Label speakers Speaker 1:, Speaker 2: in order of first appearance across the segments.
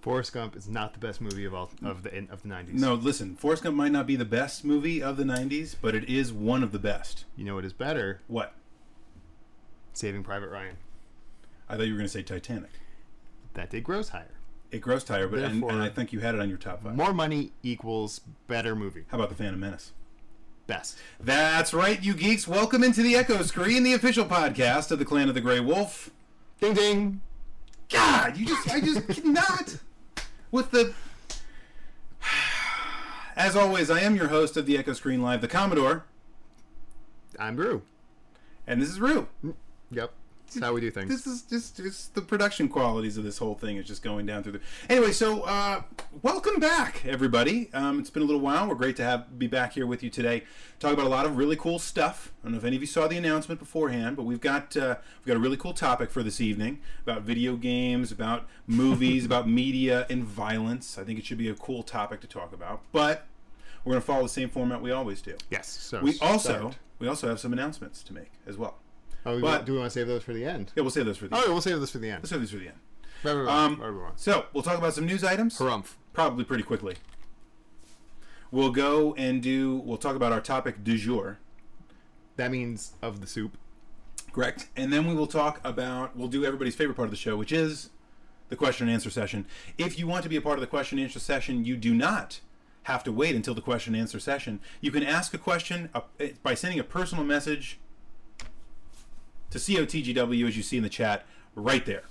Speaker 1: Forrest Gump is not the best movie of all of the of the nineties.
Speaker 2: No, listen, Forrest Gump might not be the best movie of the 90s, but it is one of the best.
Speaker 1: you know what is better?
Speaker 2: What?
Speaker 1: Saving Private Ryan.
Speaker 2: I thought you were going to say Titanic.
Speaker 1: That did gross higher.
Speaker 2: It grossed higher, but and,
Speaker 1: Therefore-
Speaker 2: and I think you had it on your top five.
Speaker 1: More money equals better movie.
Speaker 2: How about The Phantom Menace?
Speaker 1: Best.
Speaker 2: That's right, you geeks. Welcome into the Echo Screen, the official podcast of the Clan of the Grey Wolf.
Speaker 1: Ding ding.
Speaker 2: God, you just, I just cannot with the. As always, I am your host of the Echo Screen Live, the Commodore,
Speaker 1: I'm Brew.
Speaker 2: and this is Rue.
Speaker 1: Yep. That's how we do things.
Speaker 2: This is just it's the production qualities of this whole thing is just going down through the. Anyway, so uh, welcome back, everybody. Um, it's been a little while. We're great to have be back here with you today. Talk about a lot of really cool stuff. I don't know if any of you saw the announcement beforehand, but we've got uh, we've got a really cool topic for this evening about video games, about movies, about media and violence. I think it should be a cool topic to talk about. But we're going to follow the same format we always do.
Speaker 1: yes. So
Speaker 2: We also
Speaker 1: start.
Speaker 2: we also have some announcements to make as well.
Speaker 1: Oh, we
Speaker 2: but-
Speaker 1: want- do we want to save those for the end?
Speaker 2: Yeah, we'll save those for the
Speaker 1: Oh,
Speaker 2: end.
Speaker 1: yeah, we'll save those for the end.
Speaker 2: Let's save these for the end.
Speaker 1: Right, right, right,
Speaker 2: Um,
Speaker 1: right, right, right.
Speaker 2: So we'll talk about some news items,
Speaker 1: Harumph.
Speaker 2: probably pretty quickly. We'll go and do. We'll talk about our topic du jour,
Speaker 1: That means of the soup.
Speaker 2: correct? And then we will talk about. We'll do everybody's favorite part of the show, which is the question and answer session. If you want to be a part of the question and answer session, you do not have to wait until the question and answer session. You can ask a question uh, by sending a personal message to COTGW, as you see in the chat, right there.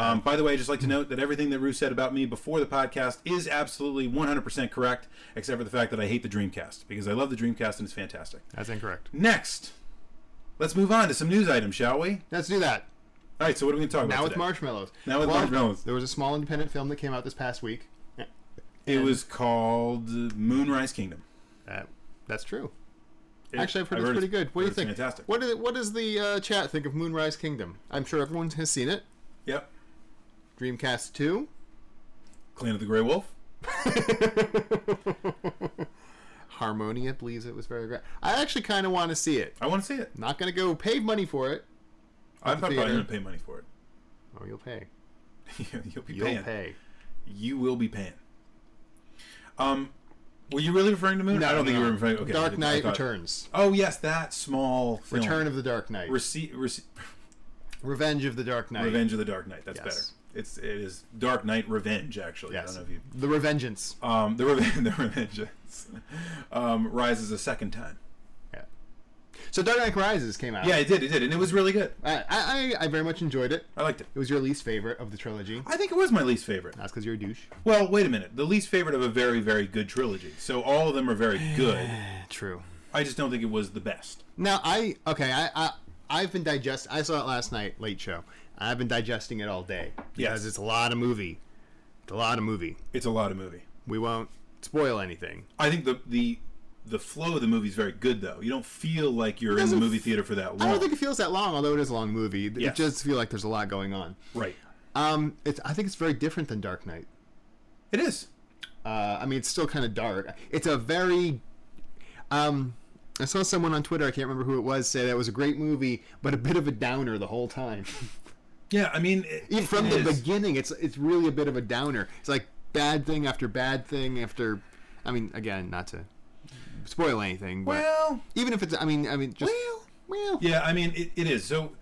Speaker 2: Um, by the way, I'd just like to note that everything that Rue said about me before the podcast is absolutely 100% correct, except for the fact that I hate the Dreamcast, because I love the Dreamcast and it's fantastic.
Speaker 1: That's incorrect.
Speaker 2: Next, let's move on to some news items, shall we?
Speaker 1: Let's do that.
Speaker 2: All right, so what are we going to talk about
Speaker 1: Now with
Speaker 2: today?
Speaker 1: marshmallows.
Speaker 2: Now with marshmallows.
Speaker 1: There was a small independent film that came out this past week.
Speaker 2: It was called uh, Moonrise Kingdom.
Speaker 1: That, that's true.
Speaker 2: It-
Speaker 1: Actually, I've heard it's
Speaker 2: I
Speaker 1: pretty good. What do
Speaker 2: heard
Speaker 1: you
Speaker 2: it's
Speaker 1: think?
Speaker 2: Fantastic.
Speaker 1: What, do- what does the uh, chat think of Moonrise Kingdom? I'm sure everyone has seen it.
Speaker 2: Yep.
Speaker 1: Dreamcast 2.
Speaker 2: Clan of the Grey Wolf.
Speaker 1: Harmonia believes it was very great. I actually kind of want to see it.
Speaker 2: I want to see it.
Speaker 1: Not going to go pay money for it.
Speaker 2: I'm probably
Speaker 1: theater.
Speaker 2: going to pay money for it.
Speaker 1: Oh, you'll pay.
Speaker 2: You'll be
Speaker 1: You'll
Speaker 2: paying.
Speaker 1: pay.
Speaker 2: You will be paying. Um, were you really referring to Moon? I don't think you were referring. Okay,
Speaker 1: Dark
Speaker 2: I
Speaker 1: Knight
Speaker 2: thought-
Speaker 1: Returns.
Speaker 2: Oh yes, that small film.
Speaker 1: Return of the Dark Knight.
Speaker 2: Rece- rece-
Speaker 1: Revenge of the Dark Knight.
Speaker 2: Revenge of the Dark Knight. That's
Speaker 1: Yes.
Speaker 2: better. It's it is Dark Knight Revenge. Actually, I
Speaker 1: Yes.
Speaker 2: don't know if you.
Speaker 1: The Revengeance.
Speaker 2: Um, the Reven the Revenge um, rises a second time.
Speaker 1: Yeah. So Dark Knight Rises came out.
Speaker 2: Yeah, it did. It did, and it was really good.
Speaker 1: I, I, I very much enjoyed it.
Speaker 2: I liked it.
Speaker 1: It was your least favorite of the trilogy.
Speaker 2: I think it was my least favorite.
Speaker 1: That's because you're a douche.
Speaker 2: Well, wait a minute. The least favorite of a very, very good trilogy. So all of them are very good.
Speaker 1: True.
Speaker 2: I just don't think it was the best.
Speaker 1: Now I okay I, I I've been digest. I saw it last night, late show. I've been digesting it all day because
Speaker 2: Yes.
Speaker 1: it's a lot of movie. It's a lot of movie.
Speaker 2: It's a lot of movie.
Speaker 1: We won't spoil anything.
Speaker 2: I think the the the flow of the movie is very good though. You don't feel like you're in the
Speaker 1: doesn't
Speaker 2: movie theater for that
Speaker 1: I
Speaker 2: long.
Speaker 1: don't think it feels that long, although it is a long movie. It
Speaker 2: Yes.
Speaker 1: just feel like there's a lot going on.
Speaker 2: right.
Speaker 1: Um, it's I think it's very different than Dark Knight.
Speaker 2: It is.
Speaker 1: Uh, I mean, it's still kind of dark. It's a very um. I saw someone on Twitter, I can't remember who it was, say that it was a great movie, but a bit of a downer the whole time.
Speaker 2: Yeah, I mean, it-
Speaker 1: Even from
Speaker 2: it
Speaker 1: the
Speaker 2: is.
Speaker 1: beginning, it's it's really a bit of a downer. It's like bad thing after bad thing after. I mean, again, not to spoil anything, but
Speaker 2: Well,
Speaker 1: even if it's, I mean, I mean, just
Speaker 2: well.
Speaker 1: well,
Speaker 2: Yeah, I mean, it, it is. So,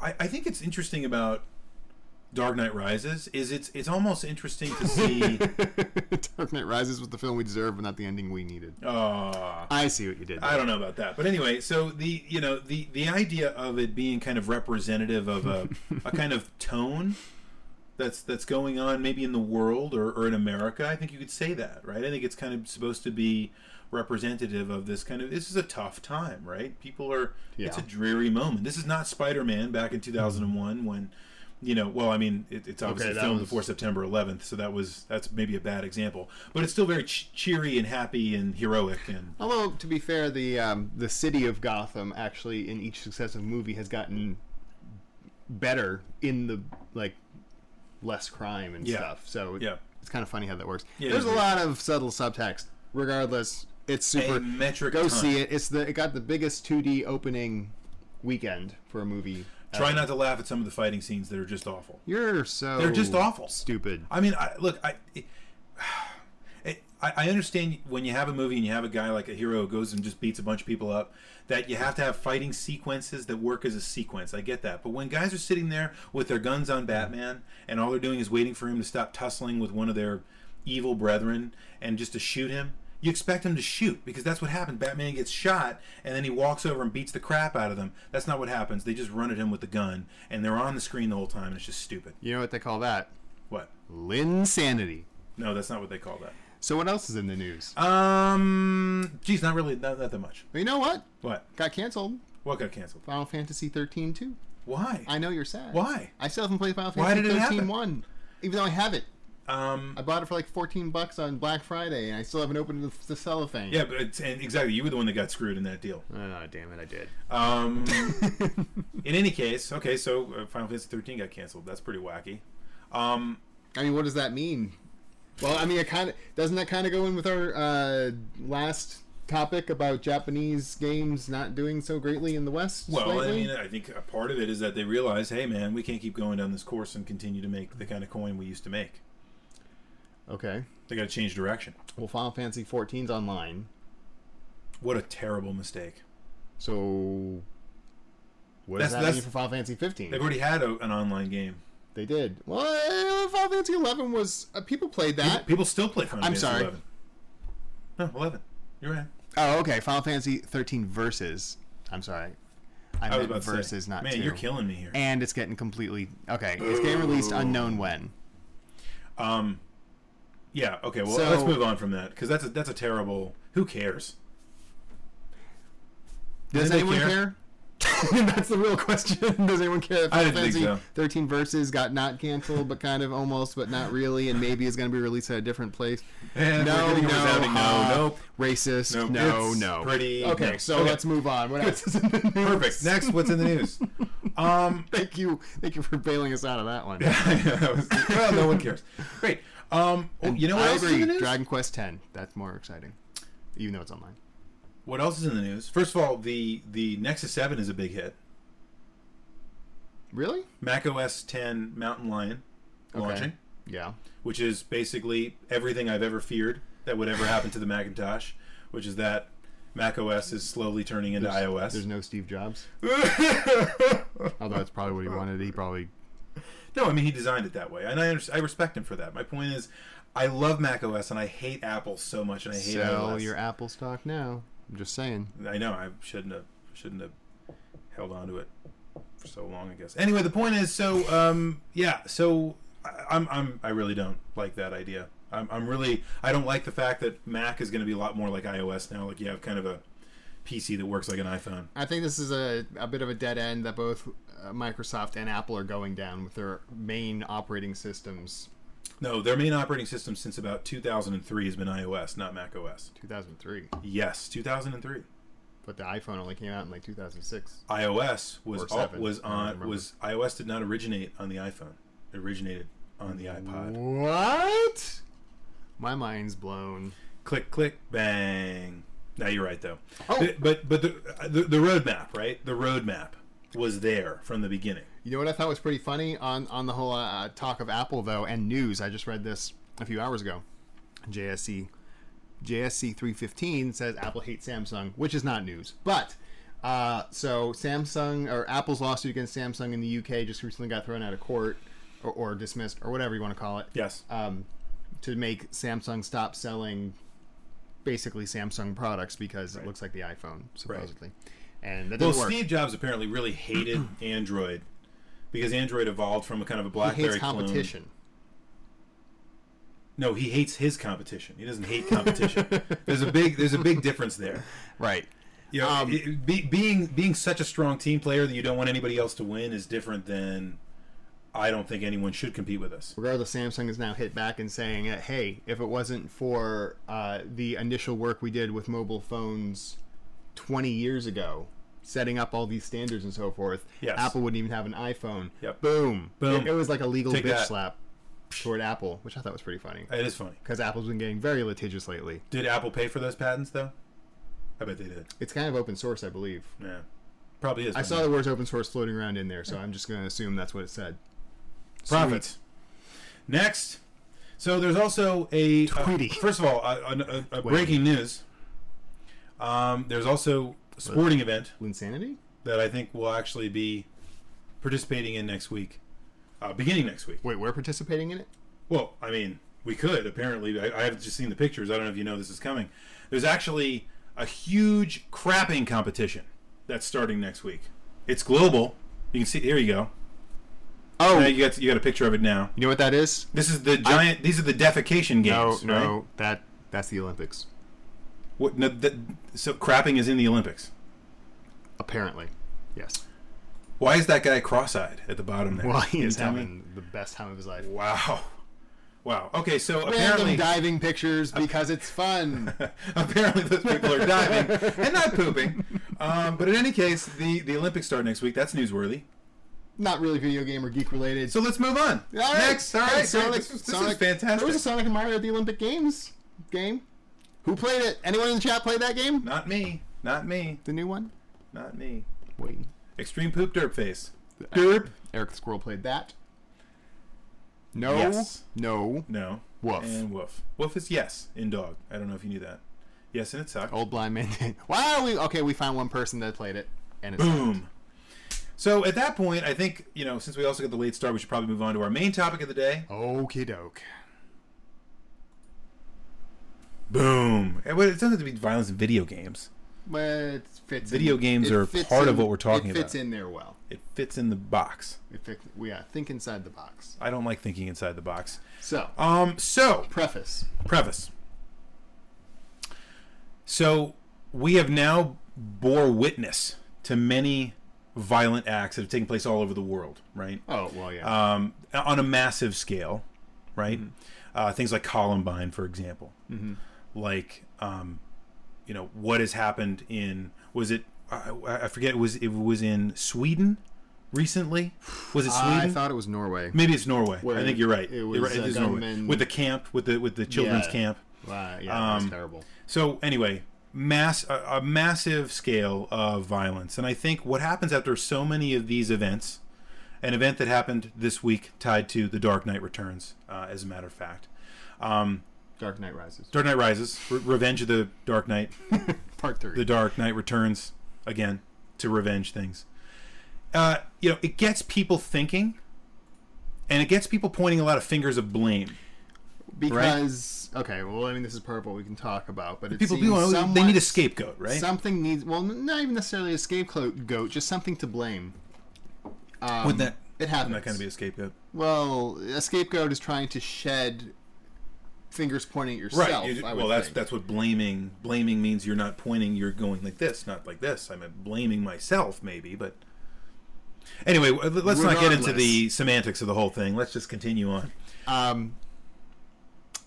Speaker 2: I, I think it's interesting about Dark Knight Rises is it's it's almost interesting to see.
Speaker 1: Dark Knight Rises was the film we deserved, but not the ending we needed.
Speaker 2: uh,
Speaker 1: I see what you did.
Speaker 2: I
Speaker 1: there.
Speaker 2: don't know about that, but anyway, so the you know the the idea of it being kind of representative of a a kind of tone that's that's going on maybe in the world or, or in America, I think you could say that, right? I think it's kind of supposed to be representative of this kind of this is a tough time, right? People are it's a
Speaker 1: Yeah. Mm-hmm.
Speaker 2: dreary moment. This is not Spider Man back in two thousand and one when you know, well, I mean, it, it's obviously
Speaker 1: that
Speaker 2: filmed
Speaker 1: was-
Speaker 2: before September 11th, so that was that's maybe a bad example, but it's still very ch- cheery and happy and heroic and
Speaker 1: Although to be fair, the um, the city of Gotham actually in each successive movie has gotten better in the like less crime and
Speaker 2: Yeah.
Speaker 1: stuff. So it-
Speaker 2: Yeah.
Speaker 1: it's kind of funny how that works.
Speaker 2: Yeah,
Speaker 1: There's a
Speaker 2: it is.
Speaker 1: lot of subtle subtext. Regardless, it's super.
Speaker 2: a metric
Speaker 1: Go
Speaker 2: ton.
Speaker 1: see it. It's the it got the biggest 2D opening weekend for a movie
Speaker 2: Try not to laugh at some of the fighting scenes that are just awful.
Speaker 1: You're so
Speaker 2: They're just awful.
Speaker 1: stupid.
Speaker 2: I mean, I, look, I, it, it, I, I understand when you have a movie and you have a guy like a hero who goes and just beats a bunch of people up, that you have to have fighting sequences that work as a sequence. I get that, but when guys are sitting there with their guns on Batman and all they're doing is waiting for him to stop tussling with one of their evil brethren and just to shoot him. You expect him to shoot because that's what happened. Batman gets shot and then he walks over and beats the crap out of them. That's not what happens. They just run at him with the gun and they're on the screen the whole time and it's just stupid.
Speaker 1: You know what they call that?
Speaker 2: What?
Speaker 1: Linsanity.
Speaker 2: No, that's not what they call that.
Speaker 1: So what else is in the news?
Speaker 2: Um, geez, not really, not, not that much.
Speaker 1: Well, you know what?
Speaker 2: What?
Speaker 1: Got canceled.
Speaker 2: What got canceled?
Speaker 1: Final Fantasy 13 too.
Speaker 2: Why?
Speaker 1: I know you're sad.
Speaker 2: Why?
Speaker 1: I still haven't played Final
Speaker 2: Why
Speaker 1: Fantasy
Speaker 2: did it
Speaker 1: 13
Speaker 2: happen?
Speaker 1: 1. Even though I have it.
Speaker 2: Um,
Speaker 1: I bought it for like 14 bucks on Black Friday and I still haven't opened the, the cellophane.
Speaker 2: yeah, but it's, and exactly, you were the one that got screwed in that deal.
Speaker 1: Oh, damn it, I did.
Speaker 2: Um, in any case, okay, so uh, Final Fantasy 13 got canceled. That's pretty wacky. Um,
Speaker 1: I mean, what does that mean? Well, I mean, it kind of doesn't that kind of go in with our uh, last topic about Japanese games not doing so greatly in the West.
Speaker 2: well, I
Speaker 1: lately?
Speaker 2: mean, uh, I think a part of it is that they realize, hey, man, we can't keep going down this course and continue to make the kind of coin we used to make.
Speaker 1: okay.
Speaker 2: They got to change direction.
Speaker 1: Well, Final Fantasy 14's online,
Speaker 2: What a terrible mistake.
Speaker 1: so what does that
Speaker 2: That's- that's-
Speaker 1: mean for Final Fantasy 15?
Speaker 2: They've already had a, an online game.
Speaker 1: They did. Well, uh, Final Fantasy 11 was uh, people played that.
Speaker 2: People still play Final
Speaker 1: I'm
Speaker 2: Fantasy
Speaker 1: sorry.
Speaker 2: 11. No, 11. You're right.
Speaker 1: Oh, okay. Final Fantasy 13 versus. I'm sorry, I,
Speaker 2: I was
Speaker 1: meant
Speaker 2: about to say,
Speaker 1: versus, not
Speaker 2: man,
Speaker 1: two.
Speaker 2: you're killing me here.
Speaker 1: and it's getting completely okay. It's getting
Speaker 2: Oh.
Speaker 1: released unknown when.
Speaker 2: Um, yeah, okay. Well,
Speaker 1: So-
Speaker 2: let's move on from that because that's a, that's a terrible. Who cares?
Speaker 1: Does
Speaker 2: Anybody
Speaker 1: anyone care? That's the real question. Does anyone care? If
Speaker 2: I
Speaker 1: Final
Speaker 2: didn't think
Speaker 1: Fantasy
Speaker 2: so.
Speaker 1: 13 verses got not canceled, but kind of almost, but not really, and maybe is going to be released at a different place.
Speaker 2: And we're
Speaker 1: no,
Speaker 2: getting a
Speaker 1: no,
Speaker 2: resounding no,
Speaker 1: ha,
Speaker 2: nope.
Speaker 1: racist.
Speaker 2: Nope.
Speaker 1: No,
Speaker 2: It's
Speaker 1: no.
Speaker 2: pretty-
Speaker 1: Okay,
Speaker 2: no.
Speaker 1: so
Speaker 2: Okay.
Speaker 1: let's move on. What else is in the news?
Speaker 2: Perfect. Next, what's in the news? um,
Speaker 1: Thank you, thank you for bailing us out of that one.
Speaker 2: that was- well, no one cares. Great. Um, oh, you know what
Speaker 1: I
Speaker 2: else
Speaker 1: agree.
Speaker 2: is in the news?
Speaker 1: Dragon Quest 10. That's more exciting, even though it's online.
Speaker 2: What else is in the news? First of all, the the Nexus Seven is a big hit.
Speaker 1: Really?
Speaker 2: Mac OS 10 Mountain Lion
Speaker 1: Okay.
Speaker 2: launching,
Speaker 1: Yeah.
Speaker 2: which is basically everything I've ever feared that would ever happen to the Macintosh, which is that Mac OS is slowly turning into iOS.
Speaker 1: There's no Steve Jobs. Although that's probably what he wanted. He probably
Speaker 2: No, I mean he designed it that way, and I under- I respect him for that. My point is, I love Mac OS and I hate Apple so much, and I hate
Speaker 1: sell
Speaker 2: iOS.
Speaker 1: your Apple stock now. I'm just saying.
Speaker 2: I know I shouldn't have shouldn't have held on to it for so long. I guess. Anyway, the point is, so um, yeah, so I, I'm I'm I really don't like that idea. I'm I'm really I don't like the fact that Mac is going to be a lot more like iOS now. Like you have kind of a PC that works like an iPhone.
Speaker 1: I think this is a, a bit of a dead end that both uh, Microsoft and Apple are going down with their main operating systems.
Speaker 2: No, their main operating system since about 2003 has been iOS, not Mac OS.
Speaker 1: 2003,
Speaker 2: Yes, 2003.
Speaker 1: but the iPhone only came out in like 2006.
Speaker 2: iOS was
Speaker 1: Or
Speaker 2: all,
Speaker 1: seven,
Speaker 2: was
Speaker 1: I don't
Speaker 2: on
Speaker 1: remember.
Speaker 2: was iOS did not originate on the iPhone. It originated on the
Speaker 1: Mm.
Speaker 2: iPod.
Speaker 1: What? My mind's blown.
Speaker 2: Click click bang. Now you're right though.
Speaker 1: Oh.
Speaker 2: Th- But but the, the the roadmap right? The roadmap was there from the beginning.
Speaker 1: You know what I thought was pretty funny on on the whole uh, talk of Apple though and news. I just read this a few hours ago. JSC JSC 315 says Apple hates Samsung, which is not news. But uh, so Samsung or Apple's lawsuit against Samsung in the UK just recently got thrown out of court or, or dismissed or whatever you want to call it
Speaker 2: Yes.
Speaker 1: um, to make Samsung stop selling basically Samsung products because it looks like the iPhone supposedly. And that
Speaker 2: well,
Speaker 1: doesn't work.
Speaker 2: Steve Jobs apparently really hated Android because Android evolved from a kind of a
Speaker 1: he
Speaker 2: BlackBerry
Speaker 1: hates
Speaker 2: clone.
Speaker 1: competition.
Speaker 2: No, he hates his competition. He doesn't hate competition. there's a big there's a big difference there.
Speaker 1: Right.
Speaker 2: You know,
Speaker 1: Um,
Speaker 2: it- be, being being such a strong team player that you don't want anybody else to win is different than I don't think anyone should compete with us.
Speaker 1: regardless, Samsung has now hit back and saying, uh, "Hey, if it wasn't for uh, the initial work we did with mobile phones 20 years ago, setting up all these standards and so forth,
Speaker 2: Yes.
Speaker 1: Apple wouldn't even have an iPhone."
Speaker 2: Yep.
Speaker 1: Boom.
Speaker 2: Boom.
Speaker 1: It, it was like a legal
Speaker 2: Take
Speaker 1: bitch
Speaker 2: that.
Speaker 1: slap toward Apple, which I thought was pretty funny
Speaker 2: It is funny.
Speaker 1: because Apple's been getting very litigious lately.
Speaker 2: Did Apple pay for those patents though? I bet they did.
Speaker 1: It's kind of open source, I believe.
Speaker 2: Yeah. Probably is.
Speaker 1: I saw the words open source floating around in there, so I'm just going to assume that's what it said.
Speaker 2: Profits. Next. So there's also a. uh,
Speaker 1: Tweety.
Speaker 2: first of all, a, a, a, a breaking news. Um, there's also a sporting event
Speaker 1: Insanity?
Speaker 2: that I think we'll actually be participating in next week, uh, beginning next week.
Speaker 1: Wait, we're participating in it?
Speaker 2: Well, I mean, we could apparently. I, I have just seen the pictures. I don't know if you know this is coming. There's actually a huge crapping competition that's starting next week. It's global. You can see. Here you go.
Speaker 1: Oh,
Speaker 2: Now you got you got a picture of it now.
Speaker 1: you know what that is?
Speaker 2: This is the giant. these are the defecation
Speaker 1: No,
Speaker 2: games.
Speaker 1: no,
Speaker 2: Right?
Speaker 1: that that's the Olympics,
Speaker 2: What, no that, so crapping is in the Olympics.
Speaker 1: apparently. Yes.
Speaker 2: Why is that guy cross-eyed at the bottom there?
Speaker 1: Well,
Speaker 2: Can
Speaker 1: he
Speaker 2: you
Speaker 1: is
Speaker 2: tell me?
Speaker 1: having the best time of his life.
Speaker 2: Wow. Wow. Okay, so
Speaker 1: Random
Speaker 2: apparently
Speaker 1: diving pictures because it's fun.
Speaker 2: apparently those people are diving and not pooping. Um, but in any case, the, the Olympics start next week. That's newsworthy.
Speaker 1: Not really video game or geek related.
Speaker 2: So let's move on.
Speaker 1: All right,
Speaker 2: Next. All right. great.
Speaker 1: Sonic,
Speaker 2: this is, this
Speaker 1: Sonic,
Speaker 2: is fantastic.
Speaker 1: There was a Sonic and Mario at the Olympic Games game. Who played it? Anyone in the chat played that game?
Speaker 2: not me. Not me.
Speaker 1: The new one?
Speaker 2: Not me.
Speaker 1: Wait.
Speaker 2: Extreme poop derp face.
Speaker 1: Uh, Derp. Eric the Squirrel played that. No.
Speaker 2: Yes.
Speaker 1: No.
Speaker 2: No.
Speaker 1: Woof.
Speaker 2: And woof. Woof is yes in dog. I don't know if you knew that. Yes, and it sucked.
Speaker 1: Old blind man did. Wow. We okay. We found one person that played it, and it's
Speaker 2: Boom. So at that point, I think, you know, since we also got the late start, we should probably move on to our main topic of the day.
Speaker 1: Okie doke.
Speaker 2: Boom. It, well, it doesn't have to be violence in video games.
Speaker 1: But it fits.
Speaker 2: Video
Speaker 1: in,
Speaker 2: games
Speaker 1: it
Speaker 2: are
Speaker 1: fits
Speaker 2: part of
Speaker 1: in-
Speaker 2: what we're talking
Speaker 1: It fits
Speaker 2: about.
Speaker 1: in there well.
Speaker 2: It fits in the box.
Speaker 1: It fits, we uh, think inside the box.
Speaker 2: I don't like thinking inside the box.
Speaker 1: So
Speaker 2: Um, so
Speaker 1: preface.
Speaker 2: preface. So we have now bore witness to many violent acts that have taken place all over the world, right?
Speaker 1: Oh well, yeah.
Speaker 2: um, on a massive scale, right? Uh, things like Columbine, for example, like um, you know what has happened in was it I, I forget it was it was in Sweden recently? Was it Sweden?
Speaker 1: I thought it was Norway.
Speaker 2: Maybe it's Norway. I
Speaker 1: Where
Speaker 2: think you're right.
Speaker 1: it was,
Speaker 2: You're right,
Speaker 1: uh,
Speaker 2: is Norway.
Speaker 1: gunmen-
Speaker 2: with the camp with the with the children's
Speaker 1: Yeah.
Speaker 2: camp.
Speaker 1: Wow, yeah, that's
Speaker 2: Um,
Speaker 1: terrible.
Speaker 2: So anyway, mass a, a massive scale of violence, and I think what happens after so many of these events, an event that happened this week tied to the Dark Knight Returns, uh, as a matter of fact, um,
Speaker 1: Dark Knight Rises,
Speaker 2: Dark Knight Rises, Re- Revenge of the Dark Knight,
Speaker 1: Part Three.
Speaker 2: the Dark Knight Returns again to revenge things. Uh, you know, it gets people thinking, and it gets people pointing a lot of fingers of blame.
Speaker 1: because okay, well, I mean, this is part of what we can talk about, but it
Speaker 2: People
Speaker 1: seems
Speaker 2: do
Speaker 1: somewhat,
Speaker 2: they need a scapegoat, right?
Speaker 1: Something needs well, n- not even necessarily a scapegoat, just something to blame. Um,
Speaker 2: Wouldn't that-
Speaker 1: it happens?
Speaker 2: I'm not going to be a scapegoat.
Speaker 1: Well, a scapegoat is trying to shed fingers pointing at yourself.
Speaker 2: right you-
Speaker 1: I would
Speaker 2: well that's
Speaker 1: think.
Speaker 2: that's what blaming blaming means you're not pointing you're going like this not like this i'm blaming myself maybe but anyway w- let's not get into the semantics of the whole thing let's just continue on
Speaker 1: Um,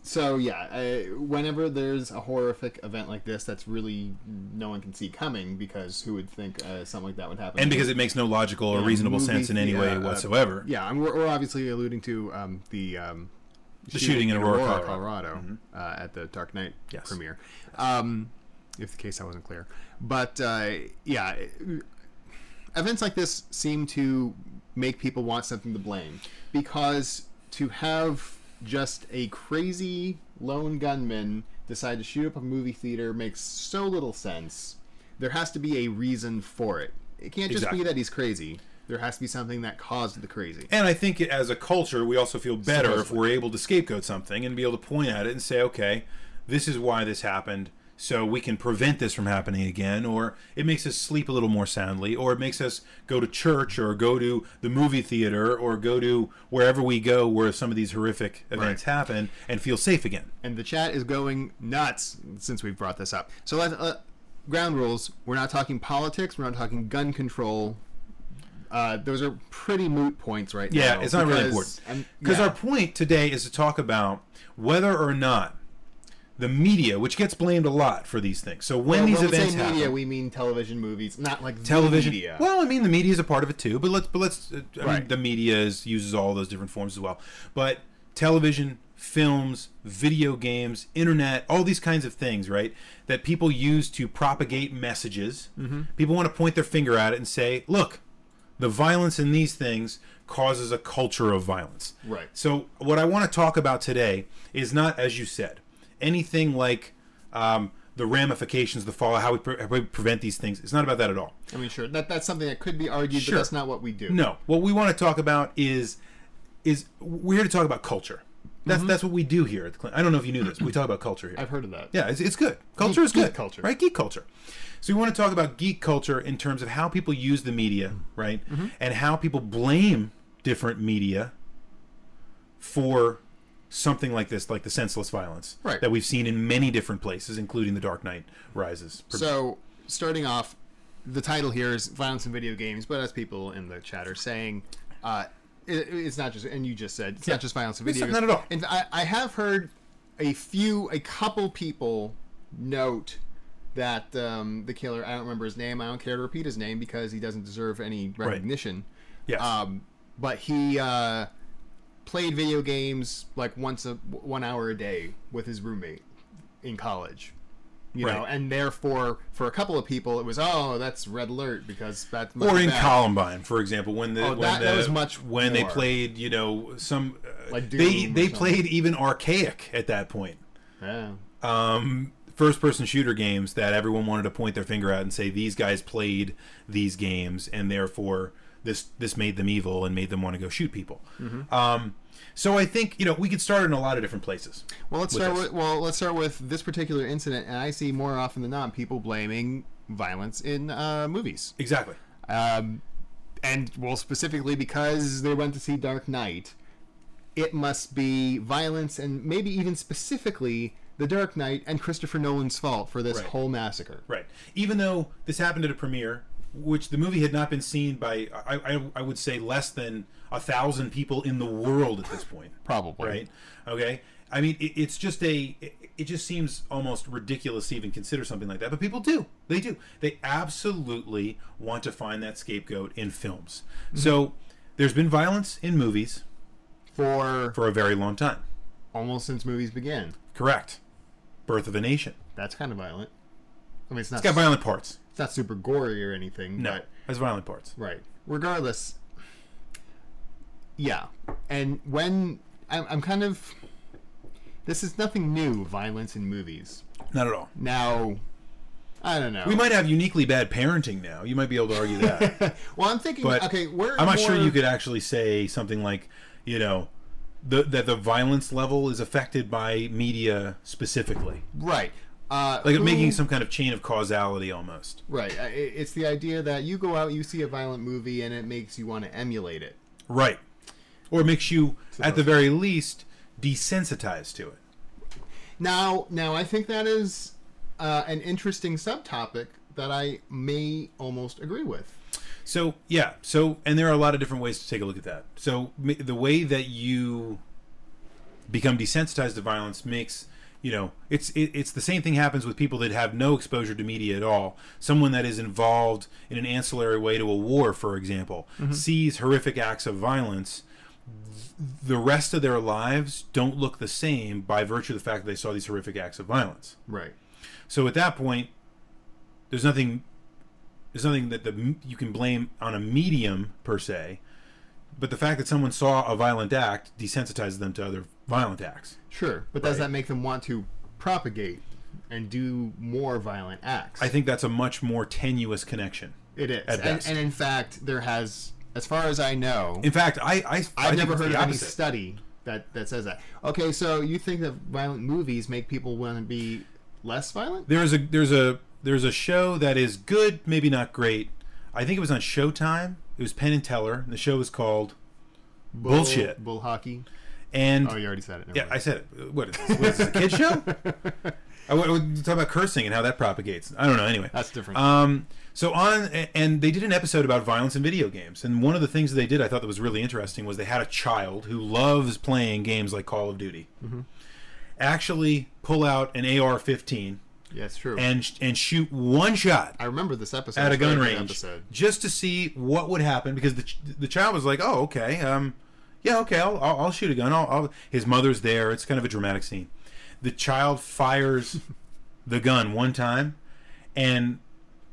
Speaker 1: so yeah, I, whenever there's a horrific event like this, that's really no one can see coming because who would think uh, something like that would happen?
Speaker 2: and because it makes no logical or reasonable
Speaker 1: movie
Speaker 2: sense in any way
Speaker 1: theater, uh,
Speaker 2: whatsoever
Speaker 1: yeah, and we're, we're obviously alluding to um, the um,
Speaker 2: the shooting in aurora, colorado, Mm-hmm.
Speaker 1: Colorado, uh, at the Dark Knight
Speaker 2: Yes.
Speaker 1: premiere. Um, if the case I wasn't clear, but uh, yeah, it- events like this seem to make people want something to blame because to have just a crazy lone gunman decide to shoot up a movie theater makes so little sense. There has to be a reason for it. It can't just
Speaker 2: Exactly.
Speaker 1: be that he's crazy. There has to be something that caused the crazy.
Speaker 2: and i think as a culture we also feel better if
Speaker 1: Supposedly.
Speaker 2: we're able to scapegoat something and be able to point at it and say okay this is why this happened so we can prevent this from happening again or it makes us sleep a little more soundly or it makes us go to church or go to the movie theater or go to wherever we go where some of these horrific events happen and feel safe again
Speaker 1: and the chat is going nuts since we've brought this up. So let's uh, ground rules. We're not talking politics. We're not talking gun control. Uh, those are pretty moot points right
Speaker 2: yeah
Speaker 1: now.
Speaker 2: it's not really
Speaker 1: because-
Speaker 2: important
Speaker 1: and-
Speaker 2: because
Speaker 1: yeah.
Speaker 2: our point today is to talk about whether or not the media which gets blamed a lot for these things so when
Speaker 1: Well,
Speaker 2: these
Speaker 1: when we
Speaker 2: events
Speaker 1: say
Speaker 2: happen
Speaker 1: media, we mean television, movies, not like the
Speaker 2: television.
Speaker 1: media.
Speaker 2: Well, I mean, the media is a part of it too, but let's but let's. Uh, I mean,
Speaker 1: Right.
Speaker 2: the media is, uses all those different forms as well. But television, films, video games, internet, all these kinds of things, right? That people use to propagate messages.
Speaker 1: Mm-hmm.
Speaker 2: People want to point their finger at it and say, look, the violence in these things causes a culture of violence.
Speaker 1: Right.
Speaker 2: So, what I want to talk about today is not, as you said, anything like um, the ramifications, the fallout, how we, pre- how we prevent these things. It's not about that at all.
Speaker 1: I mean, sure, that that's something that could be argued,
Speaker 2: Sure.
Speaker 1: but that's not what we do.
Speaker 2: No, what we want to talk about is is we're here to talk about culture. That's that's what we do here at the clinic. I don't know if you knew this. We talk about culture here.
Speaker 1: Mm-hmm. I've heard of that.
Speaker 2: Yeah, it's, it's good. Culture is
Speaker 1: geek
Speaker 2: good.
Speaker 1: culture.
Speaker 2: Right? Geek culture. So we want to talk about geek culture in terms of how people use the media, right?
Speaker 1: Mm-hmm.
Speaker 2: And how people blame different media for something like this, like the senseless violence
Speaker 1: Right.
Speaker 2: that we've seen in many different places, including The Dark Knight Rises.
Speaker 1: So, starting off, the title here is "Violence in Video Games," but as people in the chat are saying, uh, it, it's not just. And you just said it's
Speaker 2: Yeah.
Speaker 1: not just violence in
Speaker 2: It's
Speaker 1: video
Speaker 2: not-
Speaker 1: games.
Speaker 2: not at all.
Speaker 1: And I, I have heard a few, a couple people note that um, the killer. I don't remember his name. I don't care to repeat his name because he doesn't deserve any recognition.
Speaker 2: Yes.
Speaker 1: Um, but he uh, played video games like once a one hour a day with his roommate in college. You know,
Speaker 2: Right.
Speaker 1: and therefore, for a couple of people, it was oh, that's red alert because that's must
Speaker 2: or
Speaker 1: be
Speaker 2: in
Speaker 1: bad."
Speaker 2: Columbine, for example, when the when
Speaker 1: Oh, that-
Speaker 2: the,
Speaker 1: that was much
Speaker 2: when they
Speaker 1: more.
Speaker 2: played, you know, some uh,
Speaker 1: Like Doom
Speaker 2: they
Speaker 1: or
Speaker 2: they
Speaker 1: something.
Speaker 2: played even archaic at that point.
Speaker 1: Yeah.
Speaker 2: Um, first person shooter games that everyone wanted to point their finger at and say these guys played these games and therefore this this made them evil and made them want to go shoot people.
Speaker 1: Mm-hmm.
Speaker 2: Um, so I think you know we could start in a lot of different places.
Speaker 1: Well, let's
Speaker 2: with
Speaker 1: start
Speaker 2: this.
Speaker 1: with well, let's start with this particular incident, and I see more often than not people blaming violence in uh, movies.
Speaker 2: exactly.
Speaker 1: um, and well, specifically because they went to see Dark Knight, it must be violence and maybe even specifically the Dark Knight and Christopher Nolan's fault for this
Speaker 2: Right.
Speaker 1: whole massacre.
Speaker 2: Right. Even though this happened at a premiere, which the movie had not been seen by, I, I, I would say, less than a thousand people in the world at this point.
Speaker 1: Probably.
Speaker 2: Right. Okay. I mean, it, it's just a. It, it just seems almost ridiculous to even consider something like that, but people do. They do. They absolutely want to find that scapegoat in films. So there's been violence in movies
Speaker 1: For,
Speaker 2: for a very long time.
Speaker 1: almost since movies began.
Speaker 2: Correct. Birth of a Nation.
Speaker 1: That's kind of violent. I mean, it's not
Speaker 2: It's got violent parts.
Speaker 1: it's not super gory or anything.
Speaker 2: No,
Speaker 1: But
Speaker 2: it has violent parts.
Speaker 1: Right. Regardless, yeah. And when I'm, I'm kind of, this is nothing new. Violence in movies.
Speaker 2: Not at all.
Speaker 1: Now, I don't know.
Speaker 2: We might have uniquely bad parenting now. You might be able to argue that.
Speaker 1: Well, I'm thinking.
Speaker 2: But
Speaker 1: okay, we're.
Speaker 2: I'm not sure
Speaker 1: more-
Speaker 2: you could actually say something like, you know, the, that the violence level is affected by media specifically,
Speaker 1: Right. Uh,
Speaker 2: like
Speaker 1: who-
Speaker 2: making some kind of chain of causality almost.
Speaker 1: Right. uh, i- It's the idea that you go out, you see a violent movie, and it makes you want to emulate it.
Speaker 2: Right. Or makes you, at the very least, desensitized to it.
Speaker 1: Now, now I think that is uh, an interesting subtopic that I may almost agree with.
Speaker 2: So yeah, so and there are a lot of different ways to take a look at that. So ma- the way that you become desensitized to violence makes you know it's it, it's the same thing happens with people that have no exposure to media at all. Someone that is involved in an ancillary way to a war, for example, sees horrific acts of violence. The rest of their lives don't look the same by virtue of the fact that they saw these horrific acts of violence.
Speaker 1: Right.
Speaker 2: So at that point, there's nothing, there's nothing that the you can blame on a medium per se, but the fact that someone saw a violent act desensitizes them to other violent acts.
Speaker 1: Sure. But does
Speaker 2: Right.
Speaker 1: that make them want to propagate and do more violent acts?
Speaker 2: I think that's a much more tenuous connection.
Speaker 1: it is.
Speaker 2: at
Speaker 1: and,
Speaker 2: best.
Speaker 1: and in fact, there has, as far as I know,
Speaker 2: In fact, I I I
Speaker 1: I've
Speaker 2: think
Speaker 1: never
Speaker 2: it's
Speaker 1: heard
Speaker 2: the
Speaker 1: of any
Speaker 2: opposite.
Speaker 1: study that, that says that. Okay, so you think that violent movies make people want to be less violent?
Speaker 2: There's a there's a there's a show that is good, maybe not great. I think it was on Showtime. It was Penn and Teller. and The show was called
Speaker 1: Bull,
Speaker 2: Bullshit.
Speaker 1: Bull hockey.
Speaker 2: and
Speaker 1: Oh, you already said it. never
Speaker 2: Yeah, I
Speaker 1: mind.
Speaker 2: said it. What is this? What is this a kid show? I would- I would talk about cursing and how that propagates. I don't know. Anyway,
Speaker 1: That's different.
Speaker 2: Um, so on, and they did an episode about violence in video games. And one of the things that they did, I thought that was really interesting, was they had a child who loves playing games like Call of Duty,
Speaker 1: Mm-hmm.
Speaker 2: actually pull out an AR-15
Speaker 1: yeah, it's true.
Speaker 2: and and shoot one shot
Speaker 1: I remember this episode.
Speaker 2: at a
Speaker 1: It's very
Speaker 2: gun
Speaker 1: good
Speaker 2: range
Speaker 1: Episode.
Speaker 2: just to see what would happen because the ch- the child was like, "Oh, okay, um, yeah, okay, I'll, I'll, I'll shoot a gun. I'll, I'll, his mother's there. It's kind of a dramatic scene. The child fires the gun one time and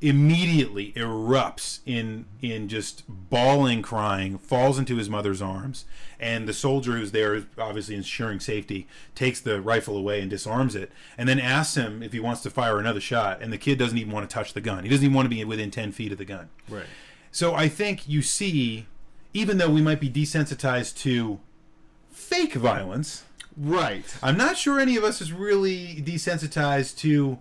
Speaker 2: immediately erupts in in just bawling crying falls into his mother's arms and the soldier who's there obviously ensuring safety takes the rifle away and disarms it and then asks him if he wants to fire another shot and the kid doesn't even want to touch the gun he doesn't even want to be within 10 feet of the gun
Speaker 1: Right.
Speaker 2: so I think you see, even though we might be desensitized to fake violence,
Speaker 1: Right.
Speaker 2: I'm not sure any of us is really desensitized to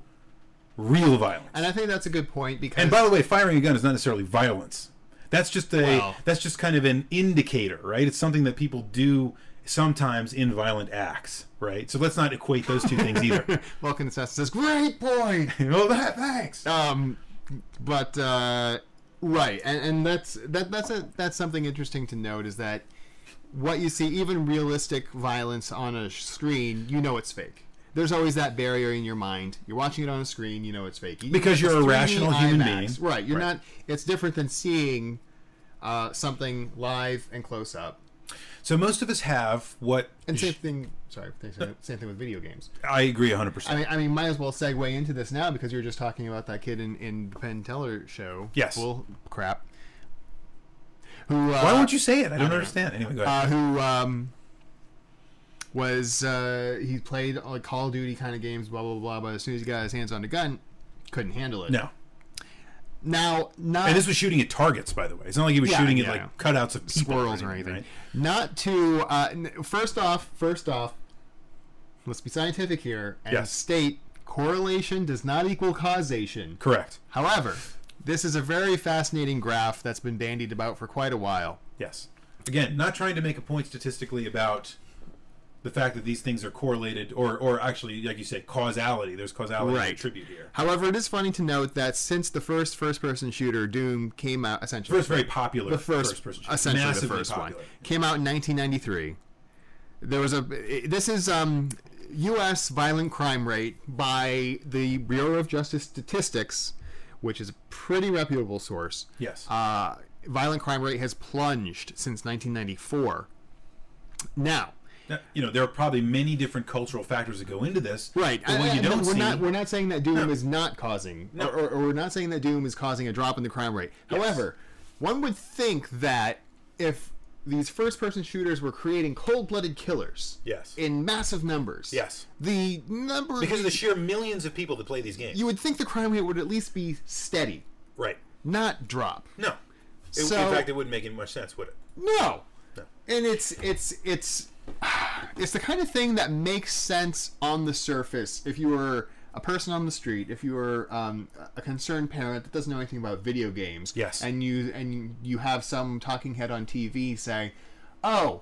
Speaker 2: real violence.
Speaker 1: And I think that's a good point because
Speaker 2: And by the way, firing a gun is not necessarily violence. That's just a
Speaker 1: Wow.
Speaker 2: that's just kind of an indicator, right? It's something that people do sometimes in violent acts, right? So let's not equate those two things either.
Speaker 1: Vulcan Assassin says, "Great point."
Speaker 2: well, that thanks.
Speaker 1: um, but uh, right, and, and that's that that's a that's something interesting to note is that what you see, even realistic violence on a screen, you know it's fake. There's always that barrier in your mind. You're watching it on a screen, you know it's fake You-
Speaker 2: Because you're
Speaker 1: it's
Speaker 2: a
Speaker 1: 3D
Speaker 2: rational human being.
Speaker 1: right? You're
Speaker 2: Right.
Speaker 1: not. It's different than seeing uh, something live and close up.
Speaker 2: So most of us have what
Speaker 1: And same thing. Sorry, same same thing with video games.
Speaker 2: I agree 100%.
Speaker 1: I mean, I mean, might as well segue into this now because you were just talking about that kid in, in the Penn Teller show.
Speaker 2: Yes.
Speaker 1: Bull crap. Who? Uh,
Speaker 2: Why won't you say it? I don't,
Speaker 1: know.
Speaker 2: understand. Anyway, go
Speaker 1: Uh,
Speaker 2: ahead.
Speaker 1: who um, was uh, he played uh, Call of Duty kind of games? Blah blah blah. But as soon as he got his hands on a gun, couldn't handle it.
Speaker 2: no.
Speaker 1: Now, not
Speaker 2: And this was shooting at targets, by the way. It's not like he was
Speaker 1: Yeah,
Speaker 2: shooting at
Speaker 1: yeah,
Speaker 2: like
Speaker 1: yeah.
Speaker 2: cutouts of people
Speaker 1: squirrels or anything. Not to. Uh, n- first off, first off, let's be scientific here and
Speaker 2: Yes.
Speaker 1: state correlation does not equal causation.
Speaker 2: Correct.
Speaker 1: However, this is a very fascinating graph that's been bandied about for quite a while.
Speaker 2: Yes. Again, not trying to make a point statistically about the fact that these things are correlated, or or actually, like you said, causality. There's causality
Speaker 1: Right.
Speaker 2: attribute here.
Speaker 1: However, it is funny to note that since the first first-person shooter Doom came out, essentially
Speaker 2: First, very popular.
Speaker 1: the first,
Speaker 2: person shooter.
Speaker 1: essentially
Speaker 2: Massively
Speaker 1: the first one
Speaker 2: popular.
Speaker 1: came out in 1993. There was a it- this is um, U.S. violent crime rate by the Bureau of Justice Statistics, which is a pretty reputable source.
Speaker 2: Yes.
Speaker 1: uh, violent crime rate has plunged since 1994. Now,
Speaker 2: Now, you know, there are probably many different cultural factors that go into this.
Speaker 1: Right.
Speaker 2: But
Speaker 1: I-
Speaker 2: what
Speaker 1: I-
Speaker 2: you don't
Speaker 1: Uh, we're
Speaker 2: see.
Speaker 1: not we're not saying that Doom is not causing or, or, or we're not saying that Doom is causing a drop in the crime rate. However, one would think that if these first person shooters were creating cold blooded killers
Speaker 2: Yes.
Speaker 1: in massive numbers.
Speaker 2: Yes.
Speaker 1: The number
Speaker 2: because of the sheer millions of people that play these games.
Speaker 1: you would think the crime rate would at least be steady,
Speaker 2: right.
Speaker 1: not drop.
Speaker 2: No. It-
Speaker 1: So-
Speaker 2: in fact, it wouldn't make any much sense, would it?
Speaker 1: No.
Speaker 2: No.
Speaker 1: And it's it's it's it's the kind of thing that makes sense on the surface if you were a person on the street, if you were um, a concerned parent that doesn't know anything about video games,
Speaker 2: Yes.
Speaker 1: and you and you have some talking head on TV saying, "Oh,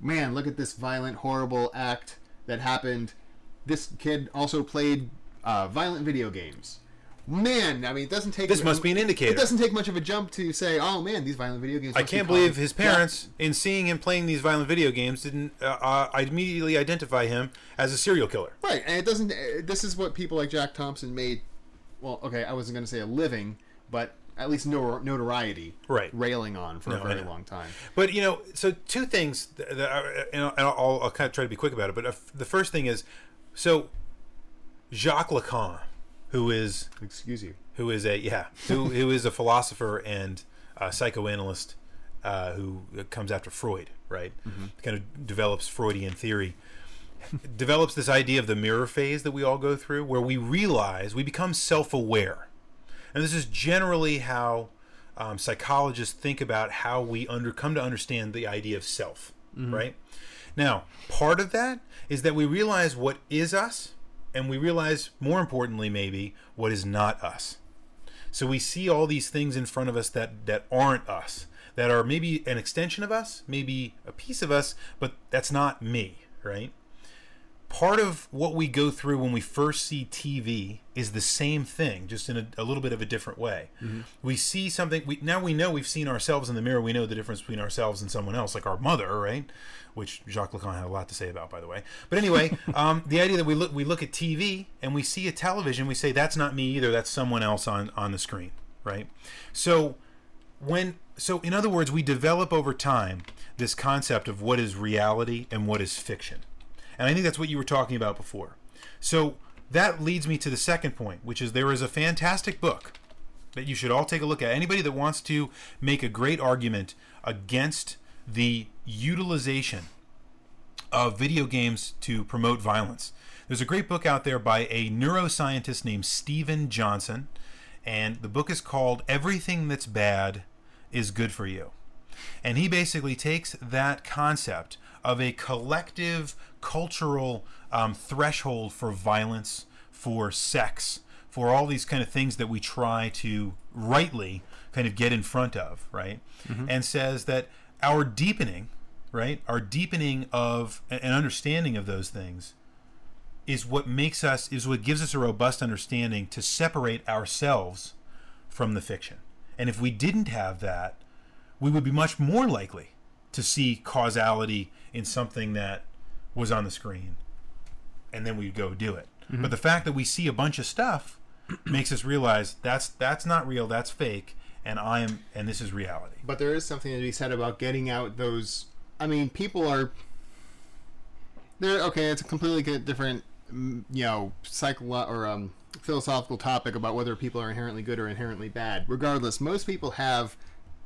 Speaker 1: man, look at this violent, horrible act that happened. This kid also played uh, violent video games." Man, I mean, it doesn't take
Speaker 2: This must be an indicator.
Speaker 1: It doesn't take much of a jump to say, "Oh man, these violent video games."
Speaker 2: I can't believe his parents, in seeing him playing these violent video games, didn't uh, uh, immediately identify him as a serial killer.
Speaker 1: Right, and it doesn't. uh, This is what people like Jack Thompson made. Well, okay, I wasn't going to say a living, but at least no, notoriety.
Speaker 2: Right.
Speaker 1: Railing on for
Speaker 2: No,
Speaker 1: a
Speaker 2: I
Speaker 1: very
Speaker 2: know.
Speaker 1: long time.
Speaker 2: But you know, so two things, th- that are, and I'll- and I'll, I'll kind of try to be quick about it. But uh, the first thing is, so Jacques Lacan, who is
Speaker 1: Excuse you.
Speaker 2: who is a yeah who who is a philosopher and a psychoanalyst uh, who comes after Freud, right? Kind of develops Freudian theory, develops this idea of the mirror phase that we all go through, where we realize we become self-aware, and this is generally how um, psychologists think about how we under come to understand the idea of self, right? Now, part of that is that we realize what is us, and we realize, more importantly, maybe what is not us. So we see all these things in front of us that that aren't us, that are maybe an extension of us, maybe a piece of us, but that's not me, right? Part of what we go through when we first see TV is the same thing, just in a, a little bit of a different way. We see something. We now we know we've seen ourselves in the mirror. We know the difference between ourselves and someone else, like our mother, right? Which Jacques Lacan had a lot to say about, by the way. But anyway, um, the idea that we look we look at TV and we see a television, we say that's not me either. That's someone else on on the screen, right? So when So, in other words, we develop over time this concept of what is reality and what is fiction. And I think that's what you were talking about before. So, that leads me to the second point, which is there is a fantastic book that you should all take a look at. Anybody that wants to make a great argument against the utilization of video games to promote violence. There's a great book out there by a neuroscientist named Steven Johnson, and the book is called Everything That's Bad is Good for You. And he basically takes that concept of a collective cultural um, threshold for violence, for sex, for all these kind of things that we try to rightly kind of get in front of, right? And says that our deepening, right, our deepening of a- an understanding of those things is what makes us, is what gives us a robust understanding to separate ourselves from the fiction. And if we didn't have that, we would be much more likely to see causality in something that was on the screen and then we'd go do it. But the fact that we see a bunch of stuff makes us realize that's that's not real, that's fake, and I am and this is reality.
Speaker 1: But there is something to be said about getting out those. I mean, people are. They're okay. It's a completely good, different, mm, you know, psycholo- or um, philosophical topic about whether people are inherently good or inherently bad. Regardless, most people have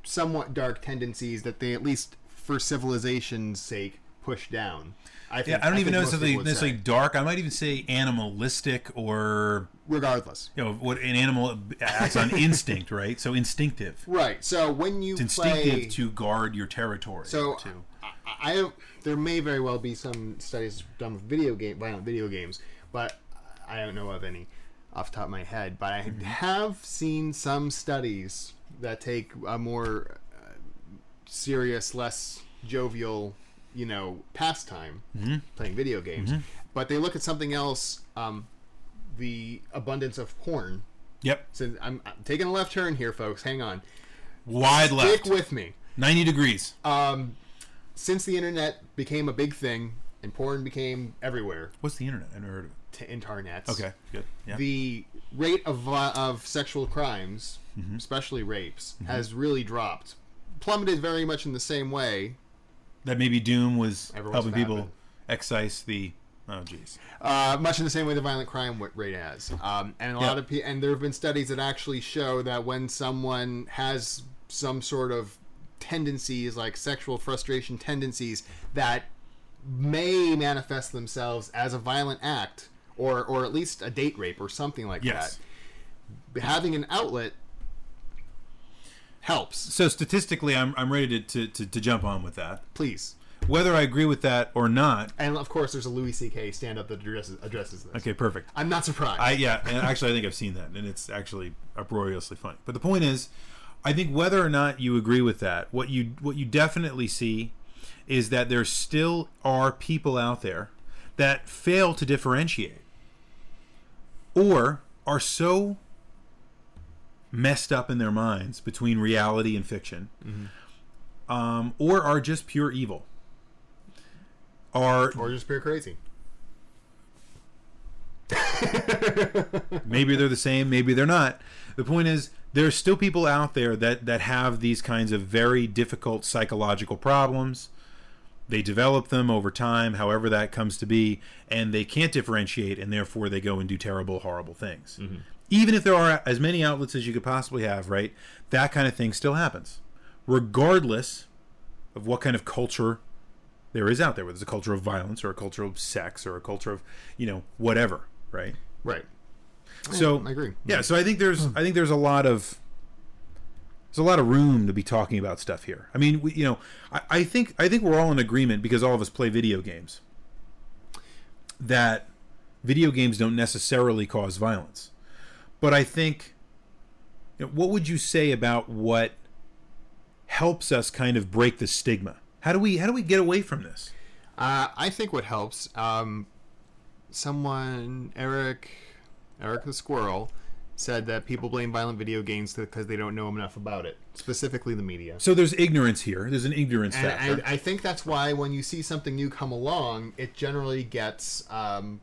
Speaker 1: somewhat dark tendencies that they, at least for civilization's sake, push down. I, think,
Speaker 2: Yeah, I don't
Speaker 1: think
Speaker 2: even know
Speaker 1: most
Speaker 2: if it's
Speaker 1: people would
Speaker 2: necessarily
Speaker 1: say.
Speaker 2: dark. I might even say animalistic or
Speaker 1: Regardless,
Speaker 2: you know what an animal acts on instinct, right? So instinctive.
Speaker 1: right? So when you
Speaker 2: It's
Speaker 1: play,
Speaker 2: instinctive to guard your territory.
Speaker 1: So
Speaker 2: to,
Speaker 1: I, I don't- there may very well be some studies done with video game violent video games, but I don't know of any off the top of my head. But I have seen some studies that take a more uh, serious, less jovial, you know, pastime playing video games. But they look at something else, um, the abundance of porn.
Speaker 2: yep,
Speaker 1: So I'm, I'm taking a left turn here, folks. Hang on,
Speaker 2: wide
Speaker 1: stick
Speaker 2: left,
Speaker 1: with me
Speaker 2: ninety degrees.
Speaker 1: um, since the internet became a big thing and porn became everywhere
Speaker 2: What's the internet? I've never heard of it.
Speaker 1: to internets,
Speaker 2: Okay, good. Yeah.
Speaker 1: the rate of vi- of sexual crimes,
Speaker 2: Mm-hmm.
Speaker 1: especially rapes, has really dropped, plummeted very much in the same way.
Speaker 2: that maybe Doom was
Speaker 1: Everyone's
Speaker 2: helping people
Speaker 1: fapping.
Speaker 2: excise the. Oh, jeez.
Speaker 1: Uh, much in the same way the violent crime wa- rate has, um, and a lot
Speaker 2: Yeah.
Speaker 1: of pe- and there have been studies that actually show that when someone has some sort of tendencies like sexual frustration tendencies that may manifest themselves as a violent act or or at least a date rape or something like
Speaker 2: Yes.
Speaker 1: that. Having an outlet helps.
Speaker 2: So statistically, I'm, I'm ready to, to, to, to jump on with that.
Speaker 1: Please.
Speaker 2: Whether I agree with that or not.
Speaker 1: And of course, there's a Louis C.K. stand up that addresses, addresses this.
Speaker 2: Okay, perfect.
Speaker 1: I'm not surprised.
Speaker 2: I yeah, and actually, I think I've seen that, and it's actually uproariously funny. But the point is, I think whether or not you agree with that, what you what you definitely see is that there still are people out there that fail to differentiate, or are so messed up in their minds between reality and fiction, um, or are just pure evil. Are
Speaker 1: or just pure crazy.
Speaker 2: maybe they're the same maybe they're not the point is there's still people out there that that have these kinds of very difficult psychological problems they develop them over time however that comes to be and they can't differentiate and therefore they go and do terrible horrible things even if there are as many outlets as you could possibly have right that kind of thing still happens regardless of what kind of culture there is out there whether it's a culture of violence or a culture of sex or a culture of you know whatever right
Speaker 1: Right.
Speaker 2: so
Speaker 1: I agree. Hmm.
Speaker 2: yeah, so I think there's I think there's a lot of there's a lot of room to be talking about stuff here. I mean, we, you know, I, I think I think we're all in agreement because all of us play video games that video games don't necessarily cause violence. But I think you know, what would you say about what helps us kind of break the stigma? How do we how do we get away from this?
Speaker 1: Uh, I think what helps, um, someone, Eric, Eric the Squirrel, said that people blame violent video games because they don't know enough about it, specifically the media.
Speaker 2: So there's ignorance here. There's an ignorance factor.
Speaker 1: And I, I think that's why when you see something new come along, it generally gets. Um,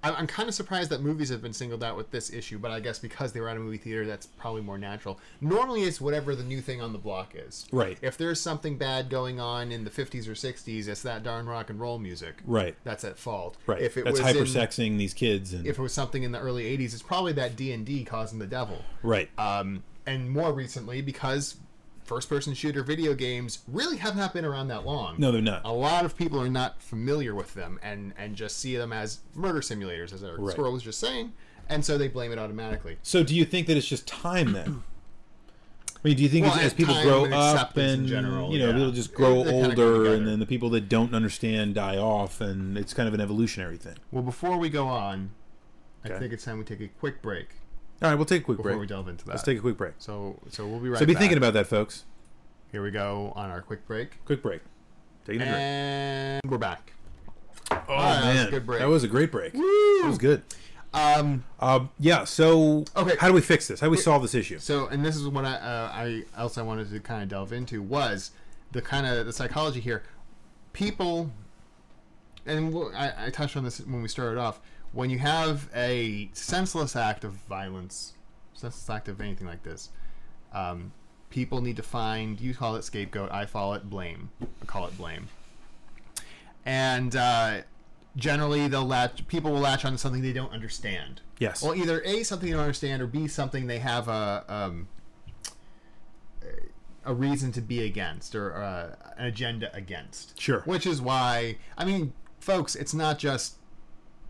Speaker 1: I I'm, I'm kind of surprised that movies have been singled out with this issue, but I guess because they were at a movie theater, that's probably more natural. Normally, it's whatever the new thing on the block is.
Speaker 2: Right.
Speaker 1: If there's something bad going on in the 50s or 60s, it's that darn rock and roll music.
Speaker 2: Right.
Speaker 1: That's at fault.
Speaker 2: Right.
Speaker 1: If it
Speaker 2: That's
Speaker 1: was in-
Speaker 2: hypersexing these kids and
Speaker 1: if it was something in the early 80s, it's probably that D and D causing the devil.
Speaker 2: right.
Speaker 1: Um, and more recently, because first-person shooter video games really have not been around that long
Speaker 2: no, they're not.
Speaker 1: a lot of people are not familiar with them and and just see them as murder simulators as Eric
Speaker 2: Right.
Speaker 1: Squirrel was just saying and so they blame it automatically
Speaker 2: So do you think that it's just time then? I mean, do you think
Speaker 1: Well,
Speaker 2: as, as
Speaker 1: and
Speaker 2: people
Speaker 1: time
Speaker 2: grow
Speaker 1: and
Speaker 2: up
Speaker 1: acceptance in
Speaker 2: and
Speaker 1: general,
Speaker 2: you know
Speaker 1: yeah.
Speaker 2: people just grow
Speaker 1: They kinda come
Speaker 2: older,
Speaker 1: together.
Speaker 2: and then the people that don't understand die off, and it's kind of an evolutionary thing.
Speaker 1: well before we go on i
Speaker 2: Okay.
Speaker 1: think it's time we take a quick break
Speaker 2: All right, we'll take a quick
Speaker 1: before
Speaker 2: break.
Speaker 1: we delve into that
Speaker 2: Let's take a quick break.
Speaker 1: so so we'll be right
Speaker 2: So be
Speaker 1: back.
Speaker 2: thinking about that, folks.
Speaker 1: here we go on our quick break
Speaker 2: Quick break. Taking a break.
Speaker 1: and we're back right, that
Speaker 2: Oh
Speaker 1: was a
Speaker 2: man,
Speaker 1: good break.
Speaker 2: that was a great break. That was good.
Speaker 1: um
Speaker 2: Um, yeah. So
Speaker 1: Okay.
Speaker 2: how do we fix this? How do we solve this issue?
Speaker 1: so and this is what I uh, I else I wanted to kind of delve into was the kind of the psychology here. People, and we'll, I, I touched on this when we started off. When you have a senseless act of violence, senseless act of anything like this, um, people need to find. You call it scapegoat. I call it blame. I call it blame. And uh, generally, they'll latch. People will latch on to something they don't understand.
Speaker 2: Yes.
Speaker 1: Well, either A, something you don't understand, or B, something they have a um, a reason to be against or uh, an agenda against.
Speaker 2: Sure.
Speaker 1: Which is why, I mean, folks, it's not just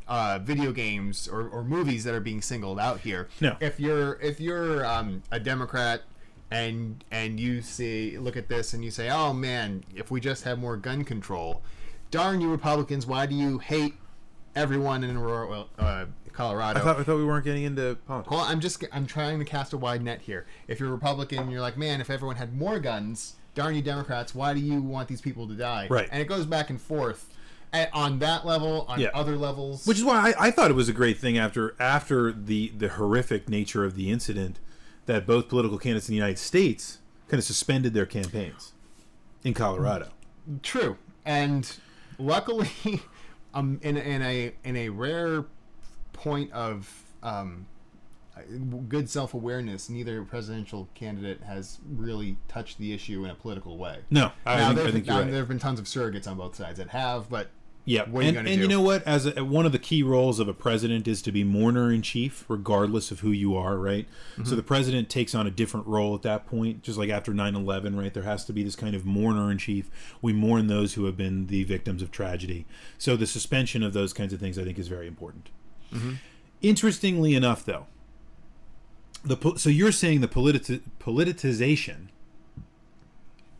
Speaker 1: uh, video games or, or movies that are being singled out here.
Speaker 2: No.
Speaker 1: If you're if you're um, a Democrat. And and you see, look at this, and you say, "Oh man, if we just had more gun control, darn you Republicans! Why do you hate everyone in Aurora, well, uh, Colorado?"
Speaker 2: I thought I thought we weren't getting into politics.
Speaker 1: Well, I'm just I'm trying to cast a wide net here. If you're a Republican, you're like, man, if everyone had more guns, darn you Democrats, why do you want these people to die?
Speaker 2: Right.
Speaker 1: And it goes back and forth a- on that level, on
Speaker 2: Yeah.
Speaker 1: other levels.
Speaker 2: Which is why I, I thought it was a great thing after after the the horrific nature of the incident that both political candidates in the United States kind of suspended their campaigns in Colorado.
Speaker 1: true. And luckily, um, in in a in a rare point of um, good self awareness, neither presidential candidate has really touched the issue in a political way.
Speaker 2: No, I,
Speaker 1: now,
Speaker 2: think,
Speaker 1: there've
Speaker 2: I think
Speaker 1: been-
Speaker 2: you're
Speaker 1: now,
Speaker 2: right.
Speaker 1: there have been tons of surrogates on both sides that have, but
Speaker 2: Yeah,
Speaker 1: What are you
Speaker 2: and,
Speaker 1: gonna
Speaker 2: and
Speaker 1: do?
Speaker 2: you know what? As a, one of the key roles of a president is to be mourner in chief, regardless of who you are, right?
Speaker 1: Mm-hmm.
Speaker 2: So the president takes on a different role at that point, just like after 9-11, right? There has to be this kind of mourner in chief. We mourn those who have been the victims of tragedy. So the suspension of those kinds of things, I think, is very important.
Speaker 1: Mm-hmm.
Speaker 2: Interestingly enough, though, the po- so you're saying the politi- politicization,